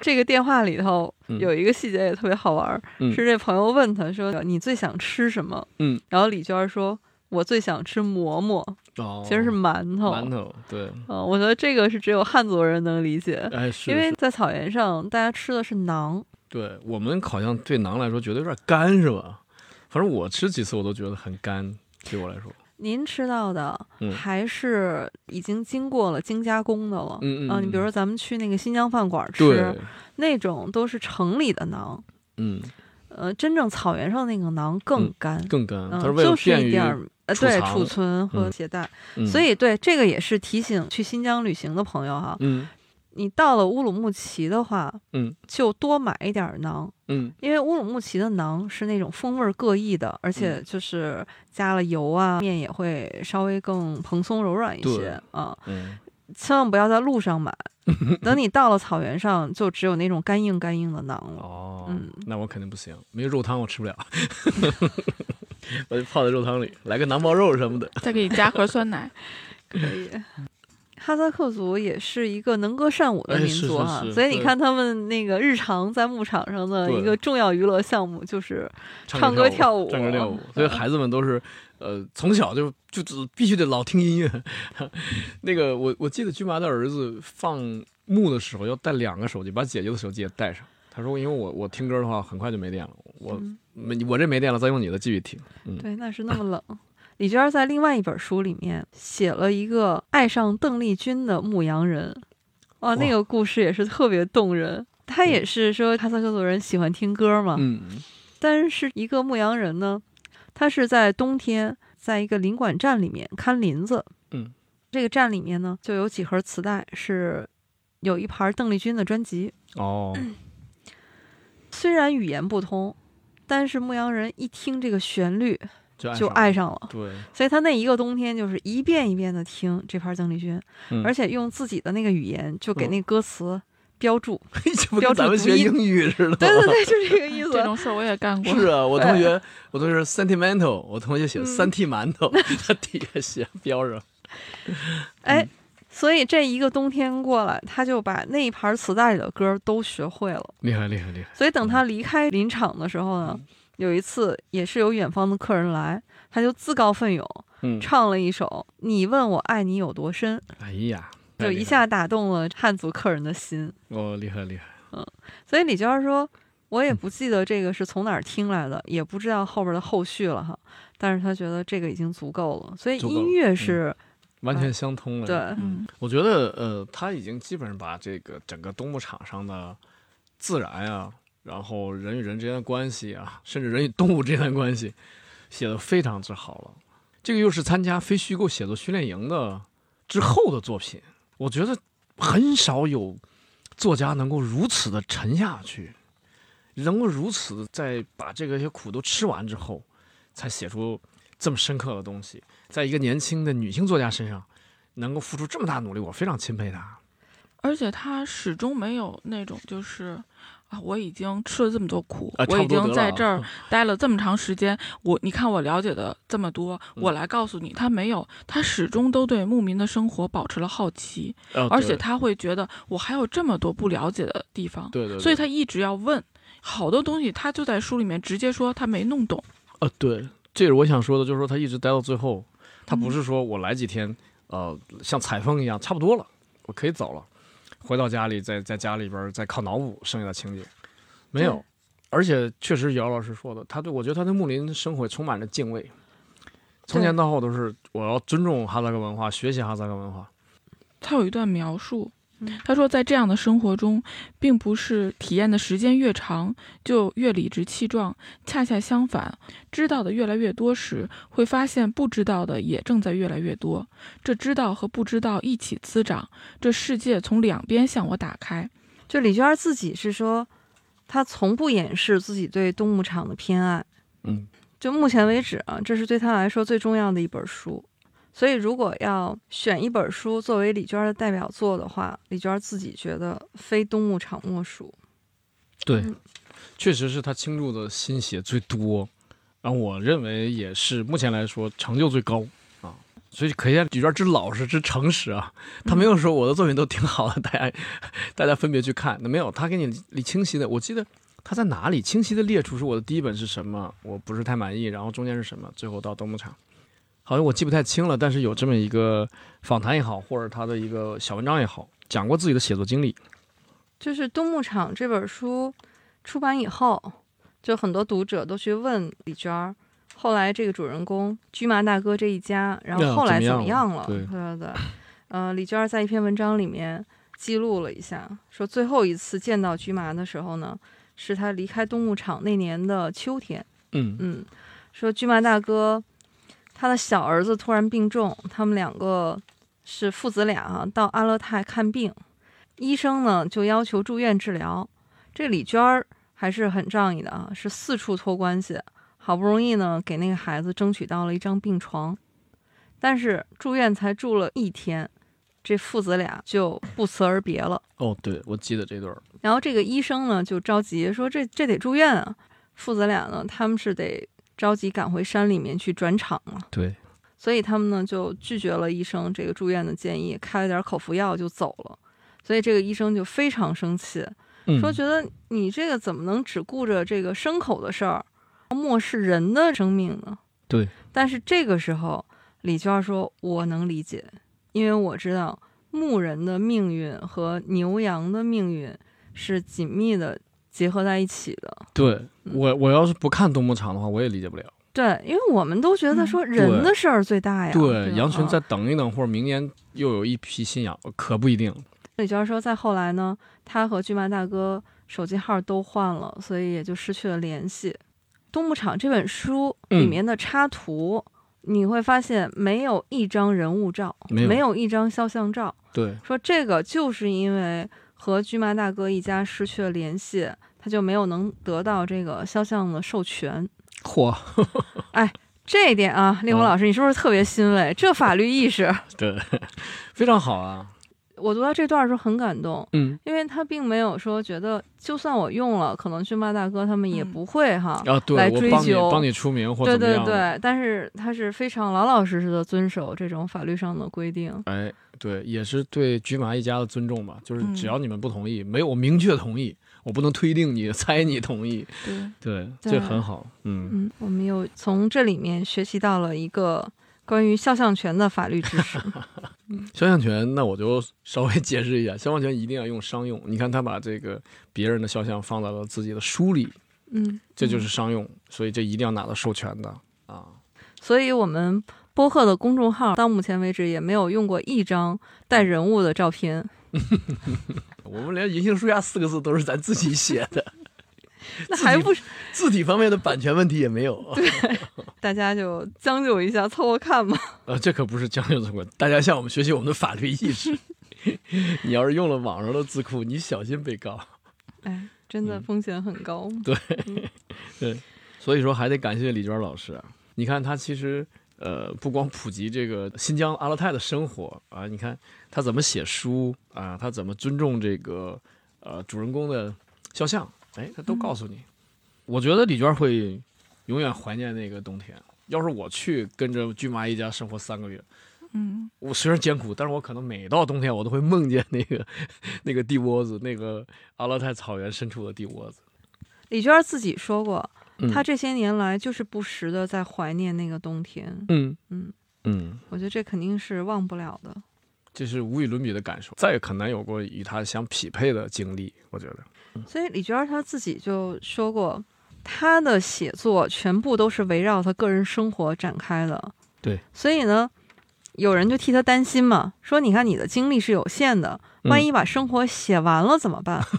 Speaker 3: 这个电话里头
Speaker 2: 嗯
Speaker 3: 有一个细节也特别好玩儿，
Speaker 2: 嗯
Speaker 3: 是这朋友问他说你最想吃什么？
Speaker 2: 嗯，
Speaker 3: 然后李娟说。我最想吃馍馍，
Speaker 2: 哦，
Speaker 3: 其实是馒头。
Speaker 2: 馒头，对，
Speaker 3: 嗯，我觉得这个是只有汉族人能理 解，
Speaker 2: 哎，是
Speaker 3: 因为
Speaker 2: 是
Speaker 3: 在草原上大家吃的是馕。
Speaker 2: 对我们好像对馕来说觉得有点干是吧？反正我吃几次我都觉得很干，对我来说，
Speaker 3: 您吃到的
Speaker 2: 嗯
Speaker 3: 还是已经经过了精加工的了。
Speaker 2: 嗯嗯
Speaker 3: 啊你比如
Speaker 2: 嗯
Speaker 3: 说咱们去那个新疆饭馆吃
Speaker 2: 对，，
Speaker 3: 那种都是城里的馕。
Speaker 2: 嗯，
Speaker 3: 呃，真正草原上那个馕更
Speaker 2: 嗯
Speaker 3: 干，
Speaker 2: 更干，
Speaker 3: 嗯，
Speaker 2: 它是为了
Speaker 3: 就是
Speaker 2: 便
Speaker 3: 一
Speaker 2: 于
Speaker 3: 点，儿呃，
Speaker 2: 储
Speaker 3: 对，
Speaker 2: 藏
Speaker 3: 储存和
Speaker 2: 嗯
Speaker 3: 携带。
Speaker 2: 嗯
Speaker 3: 所，以对这个也是提醒去新疆旅行的朋友哈，
Speaker 2: 嗯
Speaker 3: 你到了乌鲁木齐的话，
Speaker 2: 嗯，
Speaker 3: 就多买一点儿馕。
Speaker 2: 嗯
Speaker 3: 因为乌鲁木齐的馕是那种风味儿各异的，而
Speaker 2: 嗯
Speaker 3: 且就是加了油啊，面也会稍微更蓬松柔软一
Speaker 2: 对
Speaker 3: 些啊、
Speaker 2: 嗯，
Speaker 3: 千万不要在路 上买，等你到了草原上，就只有那种干硬干硬的馕了。
Speaker 2: 哦，
Speaker 3: 嗯
Speaker 2: 那我肯定不行，没有肉汤我吃不了， 我就泡在肉汤里，来个馕包肉什么的，
Speaker 1: 再给你加盒酸 奶。
Speaker 3: 可以。哈萨克族也是一个能歌善舞的
Speaker 2: 嗯哎
Speaker 3: 民
Speaker 2: 是
Speaker 3: 族
Speaker 2: 是
Speaker 3: 啊，
Speaker 2: 是
Speaker 3: 所以你
Speaker 2: 对
Speaker 3: 看他们那个日常在牧场上的
Speaker 2: 对
Speaker 3: 一个重要娱乐项目就是
Speaker 2: 唱
Speaker 3: 歌
Speaker 2: 跳
Speaker 3: 跳舞嗯
Speaker 2: 唱歌跳舞，所以孩子们都是，呃，从小就就只必须得老听音乐。 那个我我记得军麻的儿子放牧的时候要带两个手机，把姐姐的手机也带上。他说，因为我我听歌的话很快就没电了，我嗯
Speaker 3: 嗯
Speaker 2: 没我这没电了，再用你的继续听。
Speaker 3: 对，那是那么冷。李娟儿在另外一本书里面写了一个爱上邓丽君的牧羊人，哇，那
Speaker 2: 哇
Speaker 3: 个故事也是特别动人。他也是说哈萨克族人喜欢听歌嘛，
Speaker 2: 嗯
Speaker 3: 但是一个牧羊人呢，他是在冬天在一个林管站里面看林子，
Speaker 2: 嗯，
Speaker 3: 这个站里面呢就有几盒磁带，是有一盘邓丽君的专辑，
Speaker 2: 哦，
Speaker 3: 虽然语言不通，但是牧羊人一听这个旋律
Speaker 2: 就爱
Speaker 3: 就
Speaker 2: 上
Speaker 3: 爱
Speaker 2: 了
Speaker 3: 上了。
Speaker 2: 对，
Speaker 3: 所以他那一个冬天就是一遍一遍的听这盘邓丽君，
Speaker 2: 嗯
Speaker 3: 而且用自己的那个语言就给
Speaker 2: 嗯
Speaker 3: 那歌词标 注。
Speaker 2: 这不跟咱们学英语似的。
Speaker 3: 对对对，就是这个意
Speaker 1: 这
Speaker 3: 思。
Speaker 1: 种事儿我也干过。
Speaker 2: 啊是啊，我同学，我同学 sentimental，我同学
Speaker 3: 嗯
Speaker 2: 写三屉馒头， 他底下写标上。嗯
Speaker 3: 哎，所以这一个冬天过来，他就把那一盘磁带里的歌都学会了。
Speaker 2: 厉害厉害厉害！
Speaker 3: 所以等他离开林场的时候呢，
Speaker 2: 嗯
Speaker 3: 有一次也是有远方的客人来，他就自告奋勇
Speaker 2: 嗯，
Speaker 3: 唱了一首《你问我爱你有多深》，
Speaker 2: 哎呀，
Speaker 3: 就一下打动了汉族客人的心。
Speaker 2: 哦，厉害厉害！
Speaker 3: 所以李娟儿说，我
Speaker 2: 嗯
Speaker 3: 也不记得这个是从哪儿听来的，也不知道后边的后续了哈。但是她觉得这个已经足够了，所以
Speaker 2: 足够了嗯
Speaker 3: 音乐是、
Speaker 2: 完全相通了。
Speaker 3: 对，
Speaker 1: 嗯，
Speaker 2: 我觉得呃，他已经基本上把这个整个冬牧场上的自然啊，然后人与人之间的关系啊，甚至人与动物之间的关系，写得非常之好了。这个又是参加非虚构写作训练营的之后的作品，我觉得很少有作家能够如此的沉下去，能够如此地在把这个些苦都吃完之后，才写出这么深刻的东西，在一个年轻的女性作家身上。能够付出这么大努力，我非常钦佩他。
Speaker 1: 而且他始终没有那种就是啊，我已经吃了这么多苦，
Speaker 2: 啊
Speaker 1: 我
Speaker 2: 差
Speaker 1: 已
Speaker 2: 不多
Speaker 1: 经
Speaker 2: 得
Speaker 1: 在
Speaker 2: 了
Speaker 1: 这儿待了这么长时间，我你看我了解的这么多，
Speaker 2: 嗯
Speaker 1: 我来告诉你，他没有，他始终都对牧民的生活保持了好奇，
Speaker 2: 哦
Speaker 1: 而且他会觉得我还有这么多不了解的地方，
Speaker 2: 对对对，
Speaker 1: 所以他一直要问。好多东西他就在书里面直接说他没弄懂，
Speaker 2: 呃，对，这是我想说的，就是说他一直待到最后，他不是说我来几天，呃，像采风一样，差不多了，我可以走了，回到家里，在在家里边儿再靠脑补剩下的情节，没有
Speaker 3: 对。
Speaker 2: 而且确实，姚老师说的，他对我觉得他对木林生活充满着敬畏，从前到后都是我要尊重哈萨克文化，学习哈萨克文化。
Speaker 1: 他有一段描述
Speaker 3: 嗯，
Speaker 1: 他说在这样的生活中，并不是体验的时间越长就越理直气壮，恰恰相反，知道的越来越多时，会发现不知道的也正在越来越多。这知道和不知道一起滋长，这世界从两边向我打开。
Speaker 3: 就李娟儿自己是说，她从不掩饰自己对冬牧场的偏爱。
Speaker 2: 嗯，
Speaker 3: 就目前为止啊，这是对她来说最重要的一本书。所以，如果要选一本书作为李娟儿的代表作的话，李娟儿自己觉得非冬牧场莫属。
Speaker 2: 对
Speaker 3: 嗯，
Speaker 2: 确实是他倾注的心血最多，然后我认为也是目前来说成就最高。所以可见李娟之老实之诚实啊，他没有说我的作品都挺好的，大家大家分别去看，那没有，他给你理清晰的。我记得他在哪里清晰的列出说我的第一本是什么，我不是太满意，然后中间是什么，最后到东牧场，好像我记不太清了，但是有这么一个访谈也好，或者他的一个小文章也好，讲过自己的写作经历。
Speaker 3: 就是《东牧场》这本书出版以后，就很多读者都去问李娟儿，后来这个主人公驹麻大哥这一家，然后
Speaker 2: 呀
Speaker 3: 后来
Speaker 2: 啊怎
Speaker 3: 怎
Speaker 2: 么
Speaker 3: 么
Speaker 2: 样
Speaker 3: 样
Speaker 2: 了
Speaker 3: 了？
Speaker 2: 对
Speaker 3: 对对。呃，李娟儿在一篇文章里面记录了一下，说最后一次见到驹麻的时候呢，是他离开东牧场那年的秋天。
Speaker 2: 嗯
Speaker 3: 嗯，说驹麻大哥他的小儿子突然病重，他们两个是父子俩啊，到阿勒泰看病，医生呢就要求住院治疗。这李娟儿还是很仗义的啊，是四处托关系，好不容易呢给那个孩子争取到了一张病床，但是住院才住了一天，这父子俩就不辞而别了。
Speaker 2: 哦，对，我记得这段儿。
Speaker 3: 然后这个医生呢就着急说这这得住院啊，父子俩呢他们是得着急赶回山里面去转场嘛，
Speaker 2: 对，
Speaker 3: 所以他们呢就拒绝了医生这个住院的建议，开了点口服药就走了。所以这个医生就非常生气，
Speaker 2: 嗯
Speaker 3: 说觉得你这个怎么能只顾着这个牲口的事儿，漠视人的生命呢？
Speaker 2: 对。
Speaker 3: 但是这个时候，李娟说：“我能理解，因为我知道牧人的命运和牛羊的命运是紧密的结合在一起的。
Speaker 2: 对
Speaker 3: 嗯
Speaker 2: 我我要是不看东牧场的话，我也理解不了。
Speaker 3: 对，因为我们都觉得说人的事儿最大呀。
Speaker 2: 嗯对，
Speaker 3: 吧
Speaker 2: 羊群
Speaker 3: 啊
Speaker 2: 再等一等，或者明年又有一批新羊，可不一定。
Speaker 3: 李娟说，再后来呢，她和巨麻大哥手机号都换了，所以也就失去了联系。《东牧场》这本书
Speaker 2: 嗯
Speaker 3: 里面的插图，你会发现没有一张人物照，
Speaker 2: 没有
Speaker 3: 一张肖像照。
Speaker 2: 对，
Speaker 3: 说这个就是因为和巨麻大哥一家失去了联系，他就没有能得到这个肖像的授权。
Speaker 2: 嚯，
Speaker 3: 这一点啊，令狐
Speaker 2: 嗯
Speaker 3: 老师，你是不是特别欣慰？这法律意识，
Speaker 2: 对， 非常好啊。
Speaker 3: 我读到这段儿的时候很感动。
Speaker 2: 嗯，
Speaker 3: 因为他并没有说觉得，就算我用了，可能骏马大哥他们也
Speaker 1: 嗯
Speaker 3: 不会哈。
Speaker 2: 啊，对
Speaker 3: 来
Speaker 2: 我
Speaker 3: 追
Speaker 2: 帮你
Speaker 3: 究
Speaker 2: 帮你出名或
Speaker 3: 对
Speaker 2: 怎么
Speaker 3: 对
Speaker 2: 样？，
Speaker 3: 对，但是他是非常老老实实的遵守这种法律上的规定。
Speaker 2: 哎，对，也是对菊麻一家的尊重吧。就是
Speaker 1: 嗯
Speaker 2: 只要你们不同意，没有我明确同意，我不能推定你、 猜你同意。
Speaker 1: 对，
Speaker 2: 对，
Speaker 3: 对
Speaker 2: 这很好。嗯，
Speaker 3: 嗯，我们又从这里面学习到了一个关于肖像权的法律 知识。
Speaker 2: 肖像权，那我就稍微解释一下， 肖像权一定要用商用。你看他把这个别人的肖像放到了自己的书里，
Speaker 3: 嗯，
Speaker 2: 这就是商用，所以这一定要拿到授权的啊。
Speaker 3: 所以我们播客的公众号到目前为止也没有用过一张带人物的照片。
Speaker 2: 我们连“银杏树下”四个字都是咱自己写的，
Speaker 3: 那还不是
Speaker 2: 字体方面的版权问题也没有。
Speaker 3: 大家就将就一下凑合看吧。
Speaker 2: 呃，这可不是将就的过，大家向我们学习我们的法律意识。 你要是用了网上的字库，你小心被告。
Speaker 3: 哎，真的
Speaker 2: 嗯
Speaker 3: 风险很高。
Speaker 2: 所以说，还得感谢李娟老师。啊你看，她其实呃，不光普及这个新疆阿勒泰的生活啊，你看她怎么写书啊，她怎么尊重这个呃主人公的肖像，哎，她都告诉你。我觉得李娟会永远怀念那个冬天。要是我去跟着巨麻一家生活三个月，
Speaker 1: 嗯，
Speaker 2: 我虽然艰苦，但是我可能每到冬天，我都会梦见那个那个地窝子，那个阿勒泰草原深处的地窝子。
Speaker 3: 李娟自己说过，
Speaker 2: 嗯
Speaker 3: 她这些年来就是不时的在怀念那个冬天，
Speaker 2: 嗯
Speaker 3: 嗯
Speaker 2: 嗯。
Speaker 3: 我觉得这肯定是忘不了的。
Speaker 2: 这是无与伦比的感受，再也很难有过与他相匹配的经历。我觉得，
Speaker 3: 所以李娟她自己就说过，她的写作全部都是围绕她个人生活展开的。
Speaker 2: 对，
Speaker 3: 所以呢，有人就替她担心嘛，说你看你的精力是有限的，万
Speaker 2: 嗯
Speaker 3: 一把生活写完了怎么办？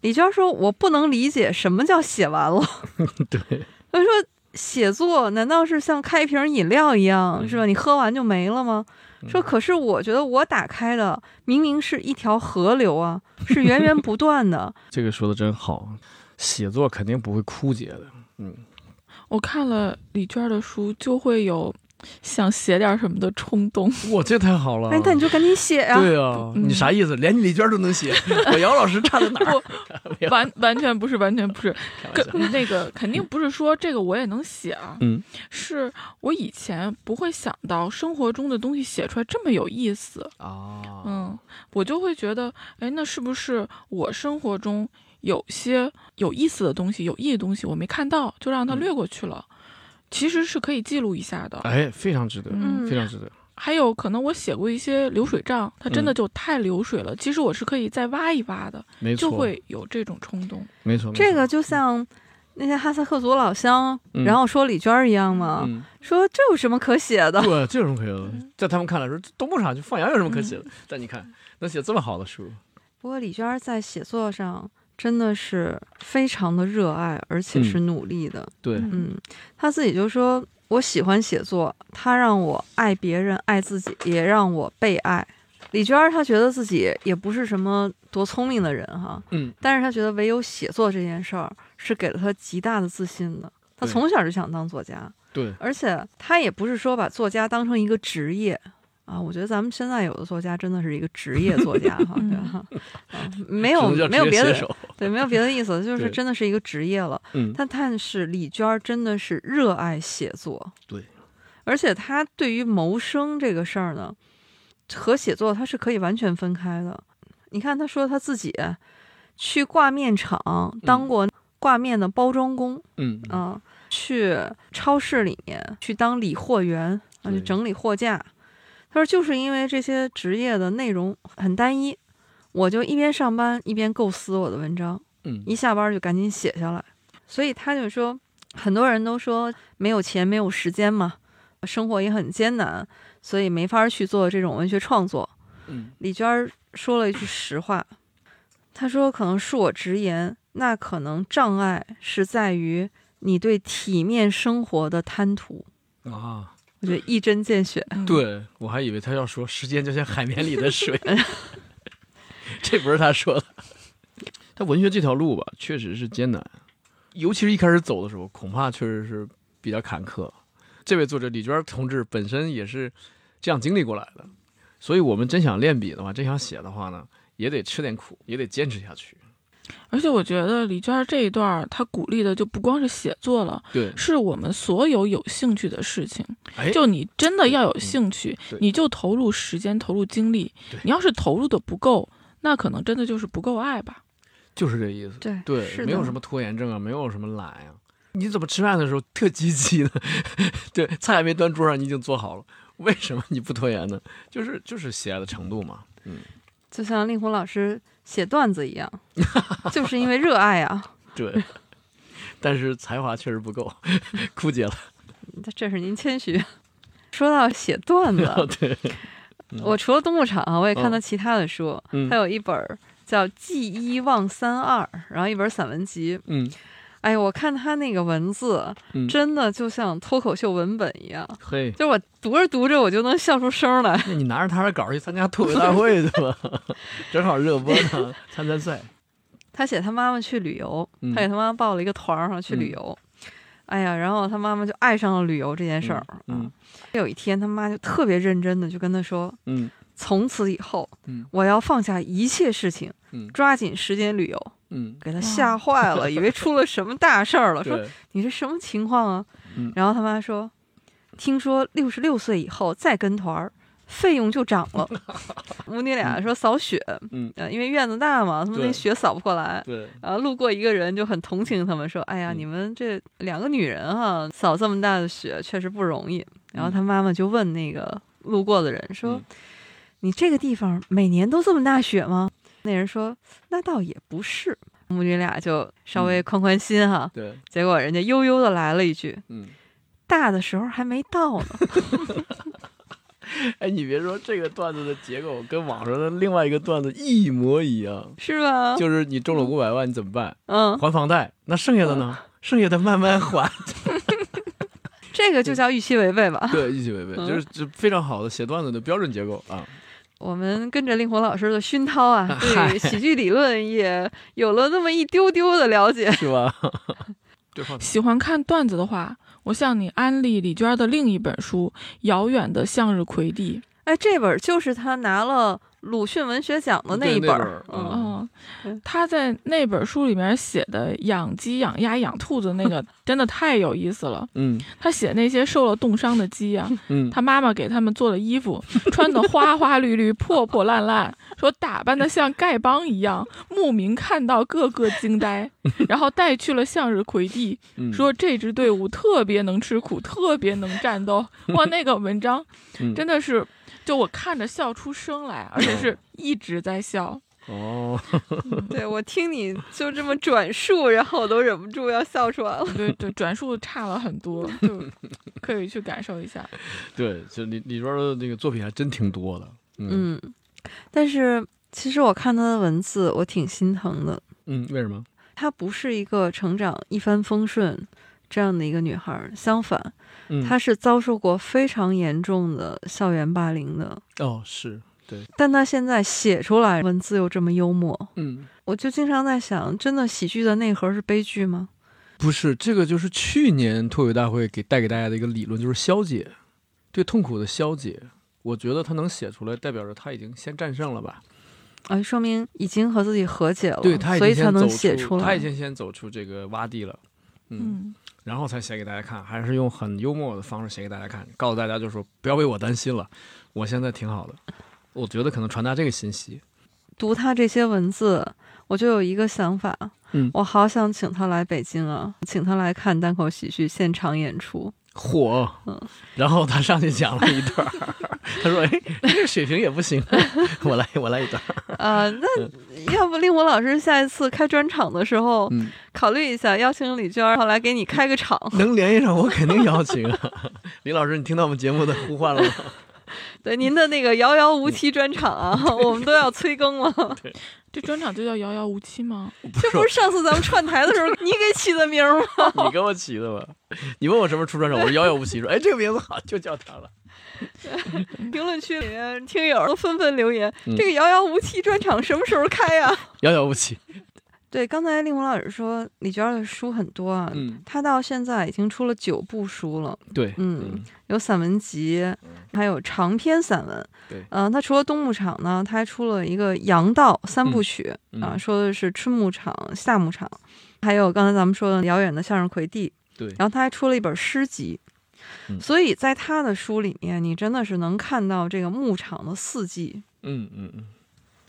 Speaker 3: 李娟说：“我不能理解什么叫写完了。”
Speaker 2: 对，
Speaker 3: 他说写作难道是像开一瓶饮料一样
Speaker 2: 嗯
Speaker 3: 是吧？你喝完就没了吗？说可是我觉得我打开的明明是一条河流啊，是源源不断的。
Speaker 2: 这个说的真好，写作肯定不会枯竭的。
Speaker 1: 我看了李娟的书，就会有想写点什么的冲动。
Speaker 2: 哇，这太好了！
Speaker 3: 哎，那你就赶紧写呀、
Speaker 2: 对啊，
Speaker 1: 嗯
Speaker 2: 你啥意思？连李娟都能 写，我姚老师差在哪儿？ 没有
Speaker 1: 完完全不是，完全不是，
Speaker 2: 开玩笑
Speaker 1: 跟那个肯定不是说这个我也能写啊，
Speaker 2: 嗯，
Speaker 1: 是我以前不会想到生活中的东西写出来这么有意思，
Speaker 2: 啊，
Speaker 1: 嗯，我就会觉得，哎，那是不是我生活中有些有意思的东西、有意义的东西我没看到，就让它
Speaker 2: 嗯
Speaker 1: 略过去了？其实是可以记录一下的。
Speaker 2: 哎，非常值得，
Speaker 1: 嗯
Speaker 2: 非常值得。
Speaker 1: 还有可能我写过一些流水账，它真的
Speaker 2: 嗯
Speaker 1: 就太流水了。其实我是可以再挖一挖的，
Speaker 2: 没错，
Speaker 1: 就会有这种冲动。
Speaker 2: 没错，没错
Speaker 3: 这个就像那些哈萨克族老乡，
Speaker 2: 嗯
Speaker 3: 然后说李娟儿一样嘛，
Speaker 2: 嗯，
Speaker 3: 说这有什么可写的？
Speaker 2: 对，这有什么可写的？
Speaker 3: 嗯
Speaker 2: 在他们看来说，这东部上去放羊有什么可写的？但你看，能写这么好的书，
Speaker 3: 嗯不过李娟儿在写作上真的是非常的热爱，而且是努力的。
Speaker 2: 对，
Speaker 1: 嗯
Speaker 3: 嗯，她自己就说：“我喜欢写作，它让我爱别人、爱自己，也让我被爱。”李娟儿她觉得自己也不是什么多聪明的人哈，
Speaker 2: 嗯，
Speaker 3: 但是她觉得唯有写作这件事儿是给了她极大的自信的。她
Speaker 2: 对
Speaker 3: 从小就想当作家，
Speaker 2: 对，
Speaker 3: 而且他也不是说把作家当成一个职业啊，我觉得咱们现在有的作家真的是一个职业作家哈，对吧？啊没有
Speaker 2: 只能叫
Speaker 3: 没有
Speaker 2: 职业
Speaker 3: 别
Speaker 2: 写
Speaker 3: 的
Speaker 2: 手，
Speaker 3: 对，没有别的意思， 就是
Speaker 2: 对
Speaker 3: 真的是一个职业了。
Speaker 2: 嗯，
Speaker 3: 但但是李娟儿真的是热爱写作，
Speaker 2: 对，
Speaker 3: 而且她对于谋生这个事儿呢，和写作它是可以完全分开的。你看，她说她自己去挂面厂当过挂面的包装工，
Speaker 2: 嗯，
Speaker 3: 啊，去超市里面去当理货员啊，去
Speaker 2: 对
Speaker 3: 整理货架。他说，就是因为这些职业的内容很单一，我就一边上班一边构思我的文章，
Speaker 2: 嗯，
Speaker 3: 一下班就赶紧写下来。所以他就说，很多人都说没有钱没有时间嘛，生活也很艰难，所以没法去做这种文学创作。
Speaker 2: 嗯，
Speaker 3: 李娟儿说了一句实话，她说：“可能恕我直言，那可能障碍是在于你对体面生活的贪图。
Speaker 2: 啊，”
Speaker 3: 我觉得一针见血。
Speaker 1: 嗯，
Speaker 2: 对我还以为他要说时间就像海绵里的水， 这不是他说的。 他文学这条路吧，确实是艰难，尤其是一开始走的时候，恐怕确实是比较坎坷。这位作者李娟同志本身也是这样经历过来的，所以我们真想练笔的话，真想写的话呢，也得吃点苦，也得坚持下去。
Speaker 1: 而且我觉得李娟儿这一段儿，她鼓励的就不光是写作了，
Speaker 2: 对，
Speaker 1: 是我们所有有兴趣的事情。
Speaker 2: 哎，
Speaker 1: 就你真的要有兴趣
Speaker 2: 嗯对，
Speaker 1: 你就投入时间、投入精力
Speaker 2: 对。
Speaker 1: 你要是投入的不够，那可能真的就是不够爱吧。
Speaker 2: 就是这意思。
Speaker 3: 对
Speaker 2: 对，
Speaker 3: 是的
Speaker 2: 没有什么拖延症啊，没有什么懒啊。你怎么吃饭的时候特积极呢？ 对，菜还没端桌上，你已经做好了，为什么你不拖延呢？就是就是喜爱的程度嘛。
Speaker 3: 就像令狐老师写段子一样，就是因为热爱啊。
Speaker 2: 对，但是才华确实不够，枯竭 了。，
Speaker 3: 这是您谦虚。 说到写段子
Speaker 2: 对，
Speaker 3: 我除了《东牧场》，我也看
Speaker 2: 嗯
Speaker 3: 到其他的书，
Speaker 2: 嗯
Speaker 3: 还有一本儿叫《记一忘三二》，然后一本散文集。
Speaker 2: 嗯，
Speaker 3: 哎，我看他那个文字，
Speaker 2: 嗯
Speaker 3: 真的就像脱口秀文本一样，
Speaker 2: 嘿，
Speaker 3: 就我读着读着我就能笑出声来。
Speaker 2: 那你拿着他的稿儿去参加脱口大会去吧，正好热播呢，参参赛。
Speaker 3: 他写他妈妈去旅游，
Speaker 2: 嗯
Speaker 3: 他给他妈妈报了一个团儿，然后去旅游。哎呀，然后他妈妈就爱上了旅游这件事儿。
Speaker 2: 嗯
Speaker 3: 啊，有一天他妈就特别认真的就跟他说
Speaker 2: 嗯：“
Speaker 3: 从此以后，
Speaker 2: 嗯
Speaker 3: 我要放下一切事情，
Speaker 2: 嗯
Speaker 3: 抓紧时间旅游。”
Speaker 2: 嗯，
Speaker 3: 给他
Speaker 1: 哇
Speaker 3: 吓坏了，以为出了什么大事儿了，说
Speaker 2: 对，
Speaker 3: 你这什么情况啊？
Speaker 2: 嗯
Speaker 3: 然后他妈说，听说六十六岁以后再跟团儿，费用就涨了。母女俩说扫雪，
Speaker 2: 嗯
Speaker 3: 呃，因为院子大嘛，他们那
Speaker 2: 对
Speaker 3: 雪扫不过来。
Speaker 2: 对，
Speaker 3: 然后路过一个人就很同情他们，说：“哎呀，
Speaker 2: 嗯
Speaker 3: 你们这两个女人哈、扫这么大的雪确实不容易。”然后他妈妈就问那个路过的人说：“
Speaker 2: 嗯
Speaker 3: 你这个地方每年都这么大雪吗？”那人说：“那倒也不是。”母女俩就稍微宽宽心哈、
Speaker 2: 对，
Speaker 3: 结果人家悠悠的来了一句
Speaker 2: 嗯。：“
Speaker 3: 大的时候还没到呢。
Speaker 2: 哎，你别说这个段子的结构跟网上的另外一个段子一模一样”，
Speaker 3: 是吧？
Speaker 2: 就是你中了五百万，你怎么办？
Speaker 3: 嗯，
Speaker 2: 还房贷，那剩下的呢？剩下的慢慢还。
Speaker 3: 这个就叫预期违背吧。
Speaker 2: 对，一起违背，就是这非常好的写段子的标准结构啊。
Speaker 3: 我们跟着令狐老师的熏陶啊，对喜剧理论也有了那么一丢丢的了解。
Speaker 2: 是吧？对方
Speaker 1: 喜欢看段子的话，我向你安利李娟的另一本书《遥远的向日葵地》。
Speaker 3: 哎，这本就是他拿了鲁迅文学奖的
Speaker 2: 对
Speaker 3: 一
Speaker 2: 那本
Speaker 3: 本儿
Speaker 2: 儿，
Speaker 3: 嗯，
Speaker 1: 嗯
Speaker 3: 对，
Speaker 1: 他在那本书里面写的养鸡、养鸭、养兔子那个 真的太有意思了。
Speaker 2: 嗯
Speaker 1: 他写那些受了冻伤的鸡啊呀、
Speaker 2: 嗯，
Speaker 1: 他妈妈给他们做的衣服，穿的花花绿绿、破破烂烂，说打扮的像丐帮一样，牧民看到个个惊呆，然后带去了向日葵地，
Speaker 2: 嗯
Speaker 1: 说这支队伍特别能吃苦，特别能战斗。哇，那个文章
Speaker 2: 嗯
Speaker 1: 真的是，就我看着笑出声来，而且是一直在笑。
Speaker 2: 哦，
Speaker 3: 对我听你就这么转述，然后我都忍不住要笑出来了。
Speaker 1: 对对，转述差了很多，就可以去感受一下。
Speaker 2: 嗯对，就李李庄的那个作品还真挺多的。嗯
Speaker 3: 嗯，但是其实我看他的文字，我挺心疼的。
Speaker 2: 嗯，为什么？
Speaker 3: 她不是一个成长一帆风顺这样的一个女孩儿，相反，
Speaker 2: 嗯，
Speaker 3: 她是遭受过非常严重的校园霸凌的。
Speaker 2: 哦是，
Speaker 3: 但她现在写出来文字又这么幽默，
Speaker 2: 嗯，
Speaker 3: 我就经常在想，真的喜剧的内核是悲剧吗？
Speaker 2: 不是这个，就是去年脱口大会给带给大家的一个理论，就是消解，对痛苦的消解。我觉得他能写出来，代表着他已经先战胜了吧？
Speaker 3: 啊，说明已经和自己和解了，
Speaker 2: 对他已
Speaker 3: 哦所
Speaker 2: 经
Speaker 3: 以才
Speaker 2: 先走
Speaker 3: 能写
Speaker 2: 出，他
Speaker 3: 来
Speaker 2: 已。经先走出这个洼地了。嗯，
Speaker 1: 嗯，
Speaker 2: 然后才写给大家看，还是用很幽默的方式写给大家看，告诉大家就是说不要为我担心了，我现在挺好的。我觉得可能传达这个信息，
Speaker 3: 读她这些文字，我就有一个想法，
Speaker 2: 嗯
Speaker 3: 我好想请她来北京啊，请她来看单口喜剧现场演出。
Speaker 2: 火，
Speaker 3: 嗯
Speaker 2: 然后他上去讲了一段儿， 他说：“哎，这水平也不行， 我来我来一段儿。
Speaker 3: 呃，
Speaker 2: 嗯
Speaker 3: 那要不令狐老师下一次开专场的时候，
Speaker 2: 嗯，
Speaker 3: 考虑一下邀请李娟儿，然后来给你开个场。
Speaker 2: 能联系上我肯定邀请啊。” 李老师，你听到我们节目的呼唤了吗？
Speaker 3: 对，您的那个遥遥无期专场啊， 我们都要催更了。
Speaker 1: 这专场就叫《遥遥无期》吗？
Speaker 3: 这不是上次咱们串台的时候你给起的名儿吗？
Speaker 2: 你给我起的吧？你问我什么时候出专场，我是遥遥无期说：“哎，这个名字好，就叫他了。
Speaker 3: 评论区里面听友都纷纷留言，
Speaker 2: 嗯
Speaker 3: 这个遥遥无期专场什么时候开啊呀、
Speaker 2: 遥遥无期。
Speaker 3: 对，刚才令狐老师说李娟儿的书很多啊”，
Speaker 2: 嗯，
Speaker 3: 她到现在已经出了九部书了。
Speaker 2: 对，
Speaker 3: 嗯，有散文集，还有长篇散文。
Speaker 2: 对
Speaker 3: 嗯、他除了东牧场呢，他还出了一个《杨道》三部曲、
Speaker 2: 嗯
Speaker 3: 啊，
Speaker 2: 嗯
Speaker 3: 说的是春牧场、夏牧场，还有刚才咱们说的遥远的向日葵地。
Speaker 2: 对，
Speaker 3: 然后他还出了一本诗集，
Speaker 2: 嗯
Speaker 3: 所以在他的书里面，你真的是能看到这个牧场的四季。
Speaker 2: 嗯嗯嗯，
Speaker 1: 《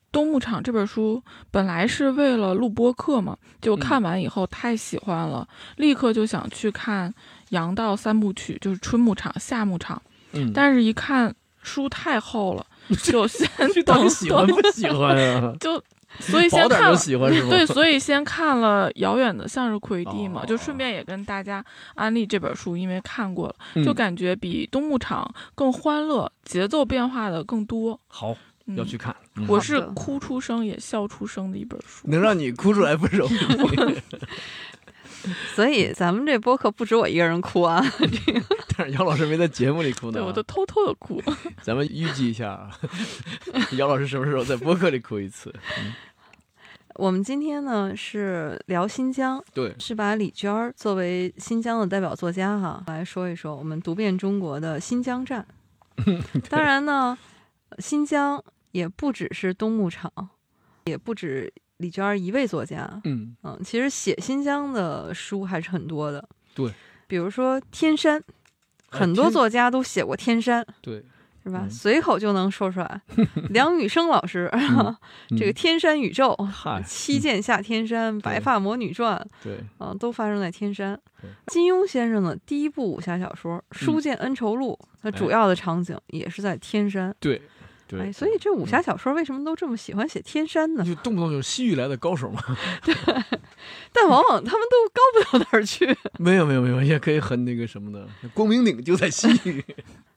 Speaker 1: 东牧场》这本书本来是为了录播课嘛，就
Speaker 2: 嗯
Speaker 1: 看完以后太喜欢了，立刻就想去看《杨道三部曲》，就是春牧场、夏牧场。
Speaker 2: 嗯，
Speaker 1: 但是，一看书太厚 了，就先
Speaker 2: 到
Speaker 1: 等
Speaker 2: 底喜欢
Speaker 1: 等？
Speaker 2: 不喜欢啊
Speaker 1: 就所以
Speaker 2: 薄
Speaker 1: 先
Speaker 2: 点
Speaker 1: 看
Speaker 2: 儿
Speaker 1: 了
Speaker 2: 就。喜欢是吗？
Speaker 1: 对，所以先看了《遥远的向日葵地》嘛，
Speaker 2: 哦
Speaker 1: 就顺便也跟大家安利这本书，因为看过了，
Speaker 2: 嗯
Speaker 1: 就感觉比《东牧场》更欢乐，节奏变化的更多。
Speaker 2: 好，
Speaker 1: 嗯、
Speaker 2: 要去看。嗯
Speaker 1: 我
Speaker 3: 好
Speaker 1: 是
Speaker 3: 的
Speaker 1: 哭出声也笑出声的一本书。
Speaker 2: 能让你哭出来不容易，
Speaker 3: 所以咱们这播客不止我一个人哭啊，
Speaker 2: 但是姚老师没在节目里哭呢
Speaker 1: 对，
Speaker 2: 啊。
Speaker 1: 我都偷偷的哭。
Speaker 2: 咱们预计一下啊，姚老师什么时候在播客里哭一次？
Speaker 3: 我们今天呢是聊新疆，
Speaker 2: 对，
Speaker 3: 是把李娟儿作为新疆的代表作家哈来说一说我们读遍中国的新 疆站。当然呢，呃新疆也不只是东牧场，也不止李娟儿一位作家。
Speaker 2: 嗯，
Speaker 3: 嗯，其实写新疆的书还是很多的。
Speaker 2: 对，
Speaker 3: 比如说天山，
Speaker 2: 哎
Speaker 3: 很多
Speaker 2: 天
Speaker 3: 作家都写过天山，
Speaker 2: 对，
Speaker 3: 是吧？
Speaker 2: 嗯
Speaker 3: 随口就能说出 来。梁羽生老师，
Speaker 2: 嗯
Speaker 3: 这个《
Speaker 2: 嗯
Speaker 3: 天山宇宙》呃
Speaker 2: 嗨 嗯
Speaker 3: 七剑下天山》《白发魔女传》
Speaker 2: 对，
Speaker 3: 啊，都发生在天山
Speaker 2: 对。嗯
Speaker 3: 金庸先生的第一部武侠小说《书剑恩仇录》，它主要的场景也是在天山。
Speaker 2: 对，哎
Speaker 3: 哎，
Speaker 2: 对，嗯
Speaker 3: 所以这武侠小说为什么都这么喜欢写天山呢？
Speaker 2: 就动不动就是西域来的高手嘛。
Speaker 3: 但往往他们都高不了哪儿去。
Speaker 2: 没有没有没有，也可以很那个什么的，光明顶就在西域。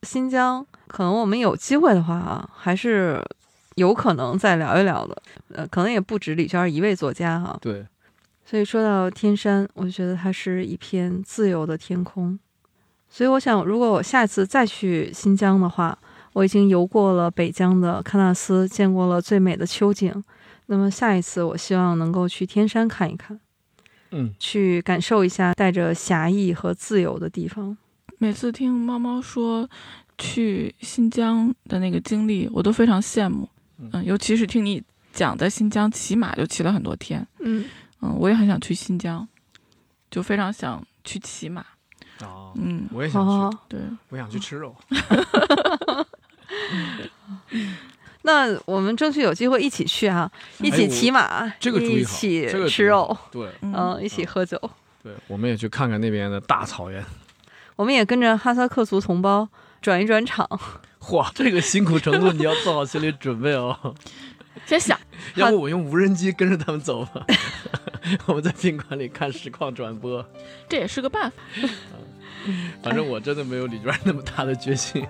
Speaker 3: 新疆，可能我们有机会的话啊，还是有可能再聊一聊的。呃，可能也不止李娟儿一位作家哈、
Speaker 2: 对，
Speaker 3: 所以说到天山，我就觉得它是一片自由的天空。所以我想，如果我下次再去新疆的话，我已经游过了北疆的喀纳斯，见过了最美的秋景。那么下一次，我希望能够去天山看一看。
Speaker 2: 嗯，
Speaker 3: 去感受一下带着侠义和自由的地方。
Speaker 1: 每次听猫猫说去新疆的那个经历，我都非常羡慕。嗯，尤其是听你讲在新疆骑马就骑了很多天，
Speaker 3: 嗯，
Speaker 1: 嗯，我也很想去新疆，就非常想去骑马。
Speaker 2: 啊，
Speaker 1: 嗯，
Speaker 2: 我也想去，
Speaker 3: 哦，
Speaker 1: 对，
Speaker 2: 我想去吃肉。
Speaker 3: 那我们争取有机会一起去啊，一
Speaker 2: 哎
Speaker 3: 起
Speaker 2: 我
Speaker 3: 骑马，
Speaker 2: 这个注
Speaker 3: 一
Speaker 2: 意好，
Speaker 3: 起
Speaker 2: 这个
Speaker 3: 吃肉，
Speaker 2: 注意好。对
Speaker 1: 嗯，
Speaker 3: 嗯，一起喝酒。
Speaker 2: 对，我们也去看看那边的大草原。
Speaker 3: 我们也跟着哈萨克族同胞转一转场，
Speaker 2: 哇，这个辛苦程度你要做好心理准备哦。
Speaker 1: 先想，
Speaker 2: 要不我用无人机跟着他们走吧， 我们在宾馆里看实况转播。
Speaker 1: 这也是个办法。
Speaker 2: 反正我真的没有李娟那么大的决心。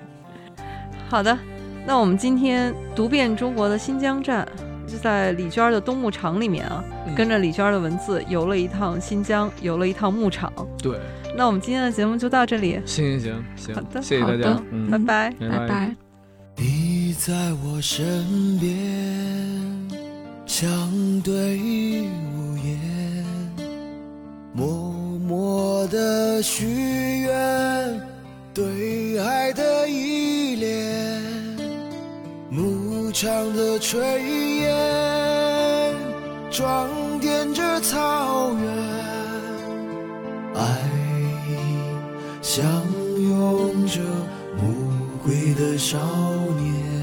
Speaker 3: 好的，那我们今天读遍中国的新疆站，就在李娟儿的冬牧场里面啊，
Speaker 2: 嗯
Speaker 3: 跟着李娟儿的文字游了一趟新疆，游了一趟牧场。
Speaker 2: 嗯对，
Speaker 3: 那我们今天的节目就到这里，
Speaker 2: 行行行
Speaker 3: 好
Speaker 2: 行，
Speaker 3: 的
Speaker 2: 谢谢大
Speaker 1: 好
Speaker 2: 家
Speaker 1: 的，
Speaker 2: 嗯，
Speaker 3: 拜拜。
Speaker 1: 拜拜。
Speaker 4: 你在我身边，相对无言，默默的许愿，对爱的依恋，牧场的炊烟，装点着草原，爱相拥着。暮归的少年。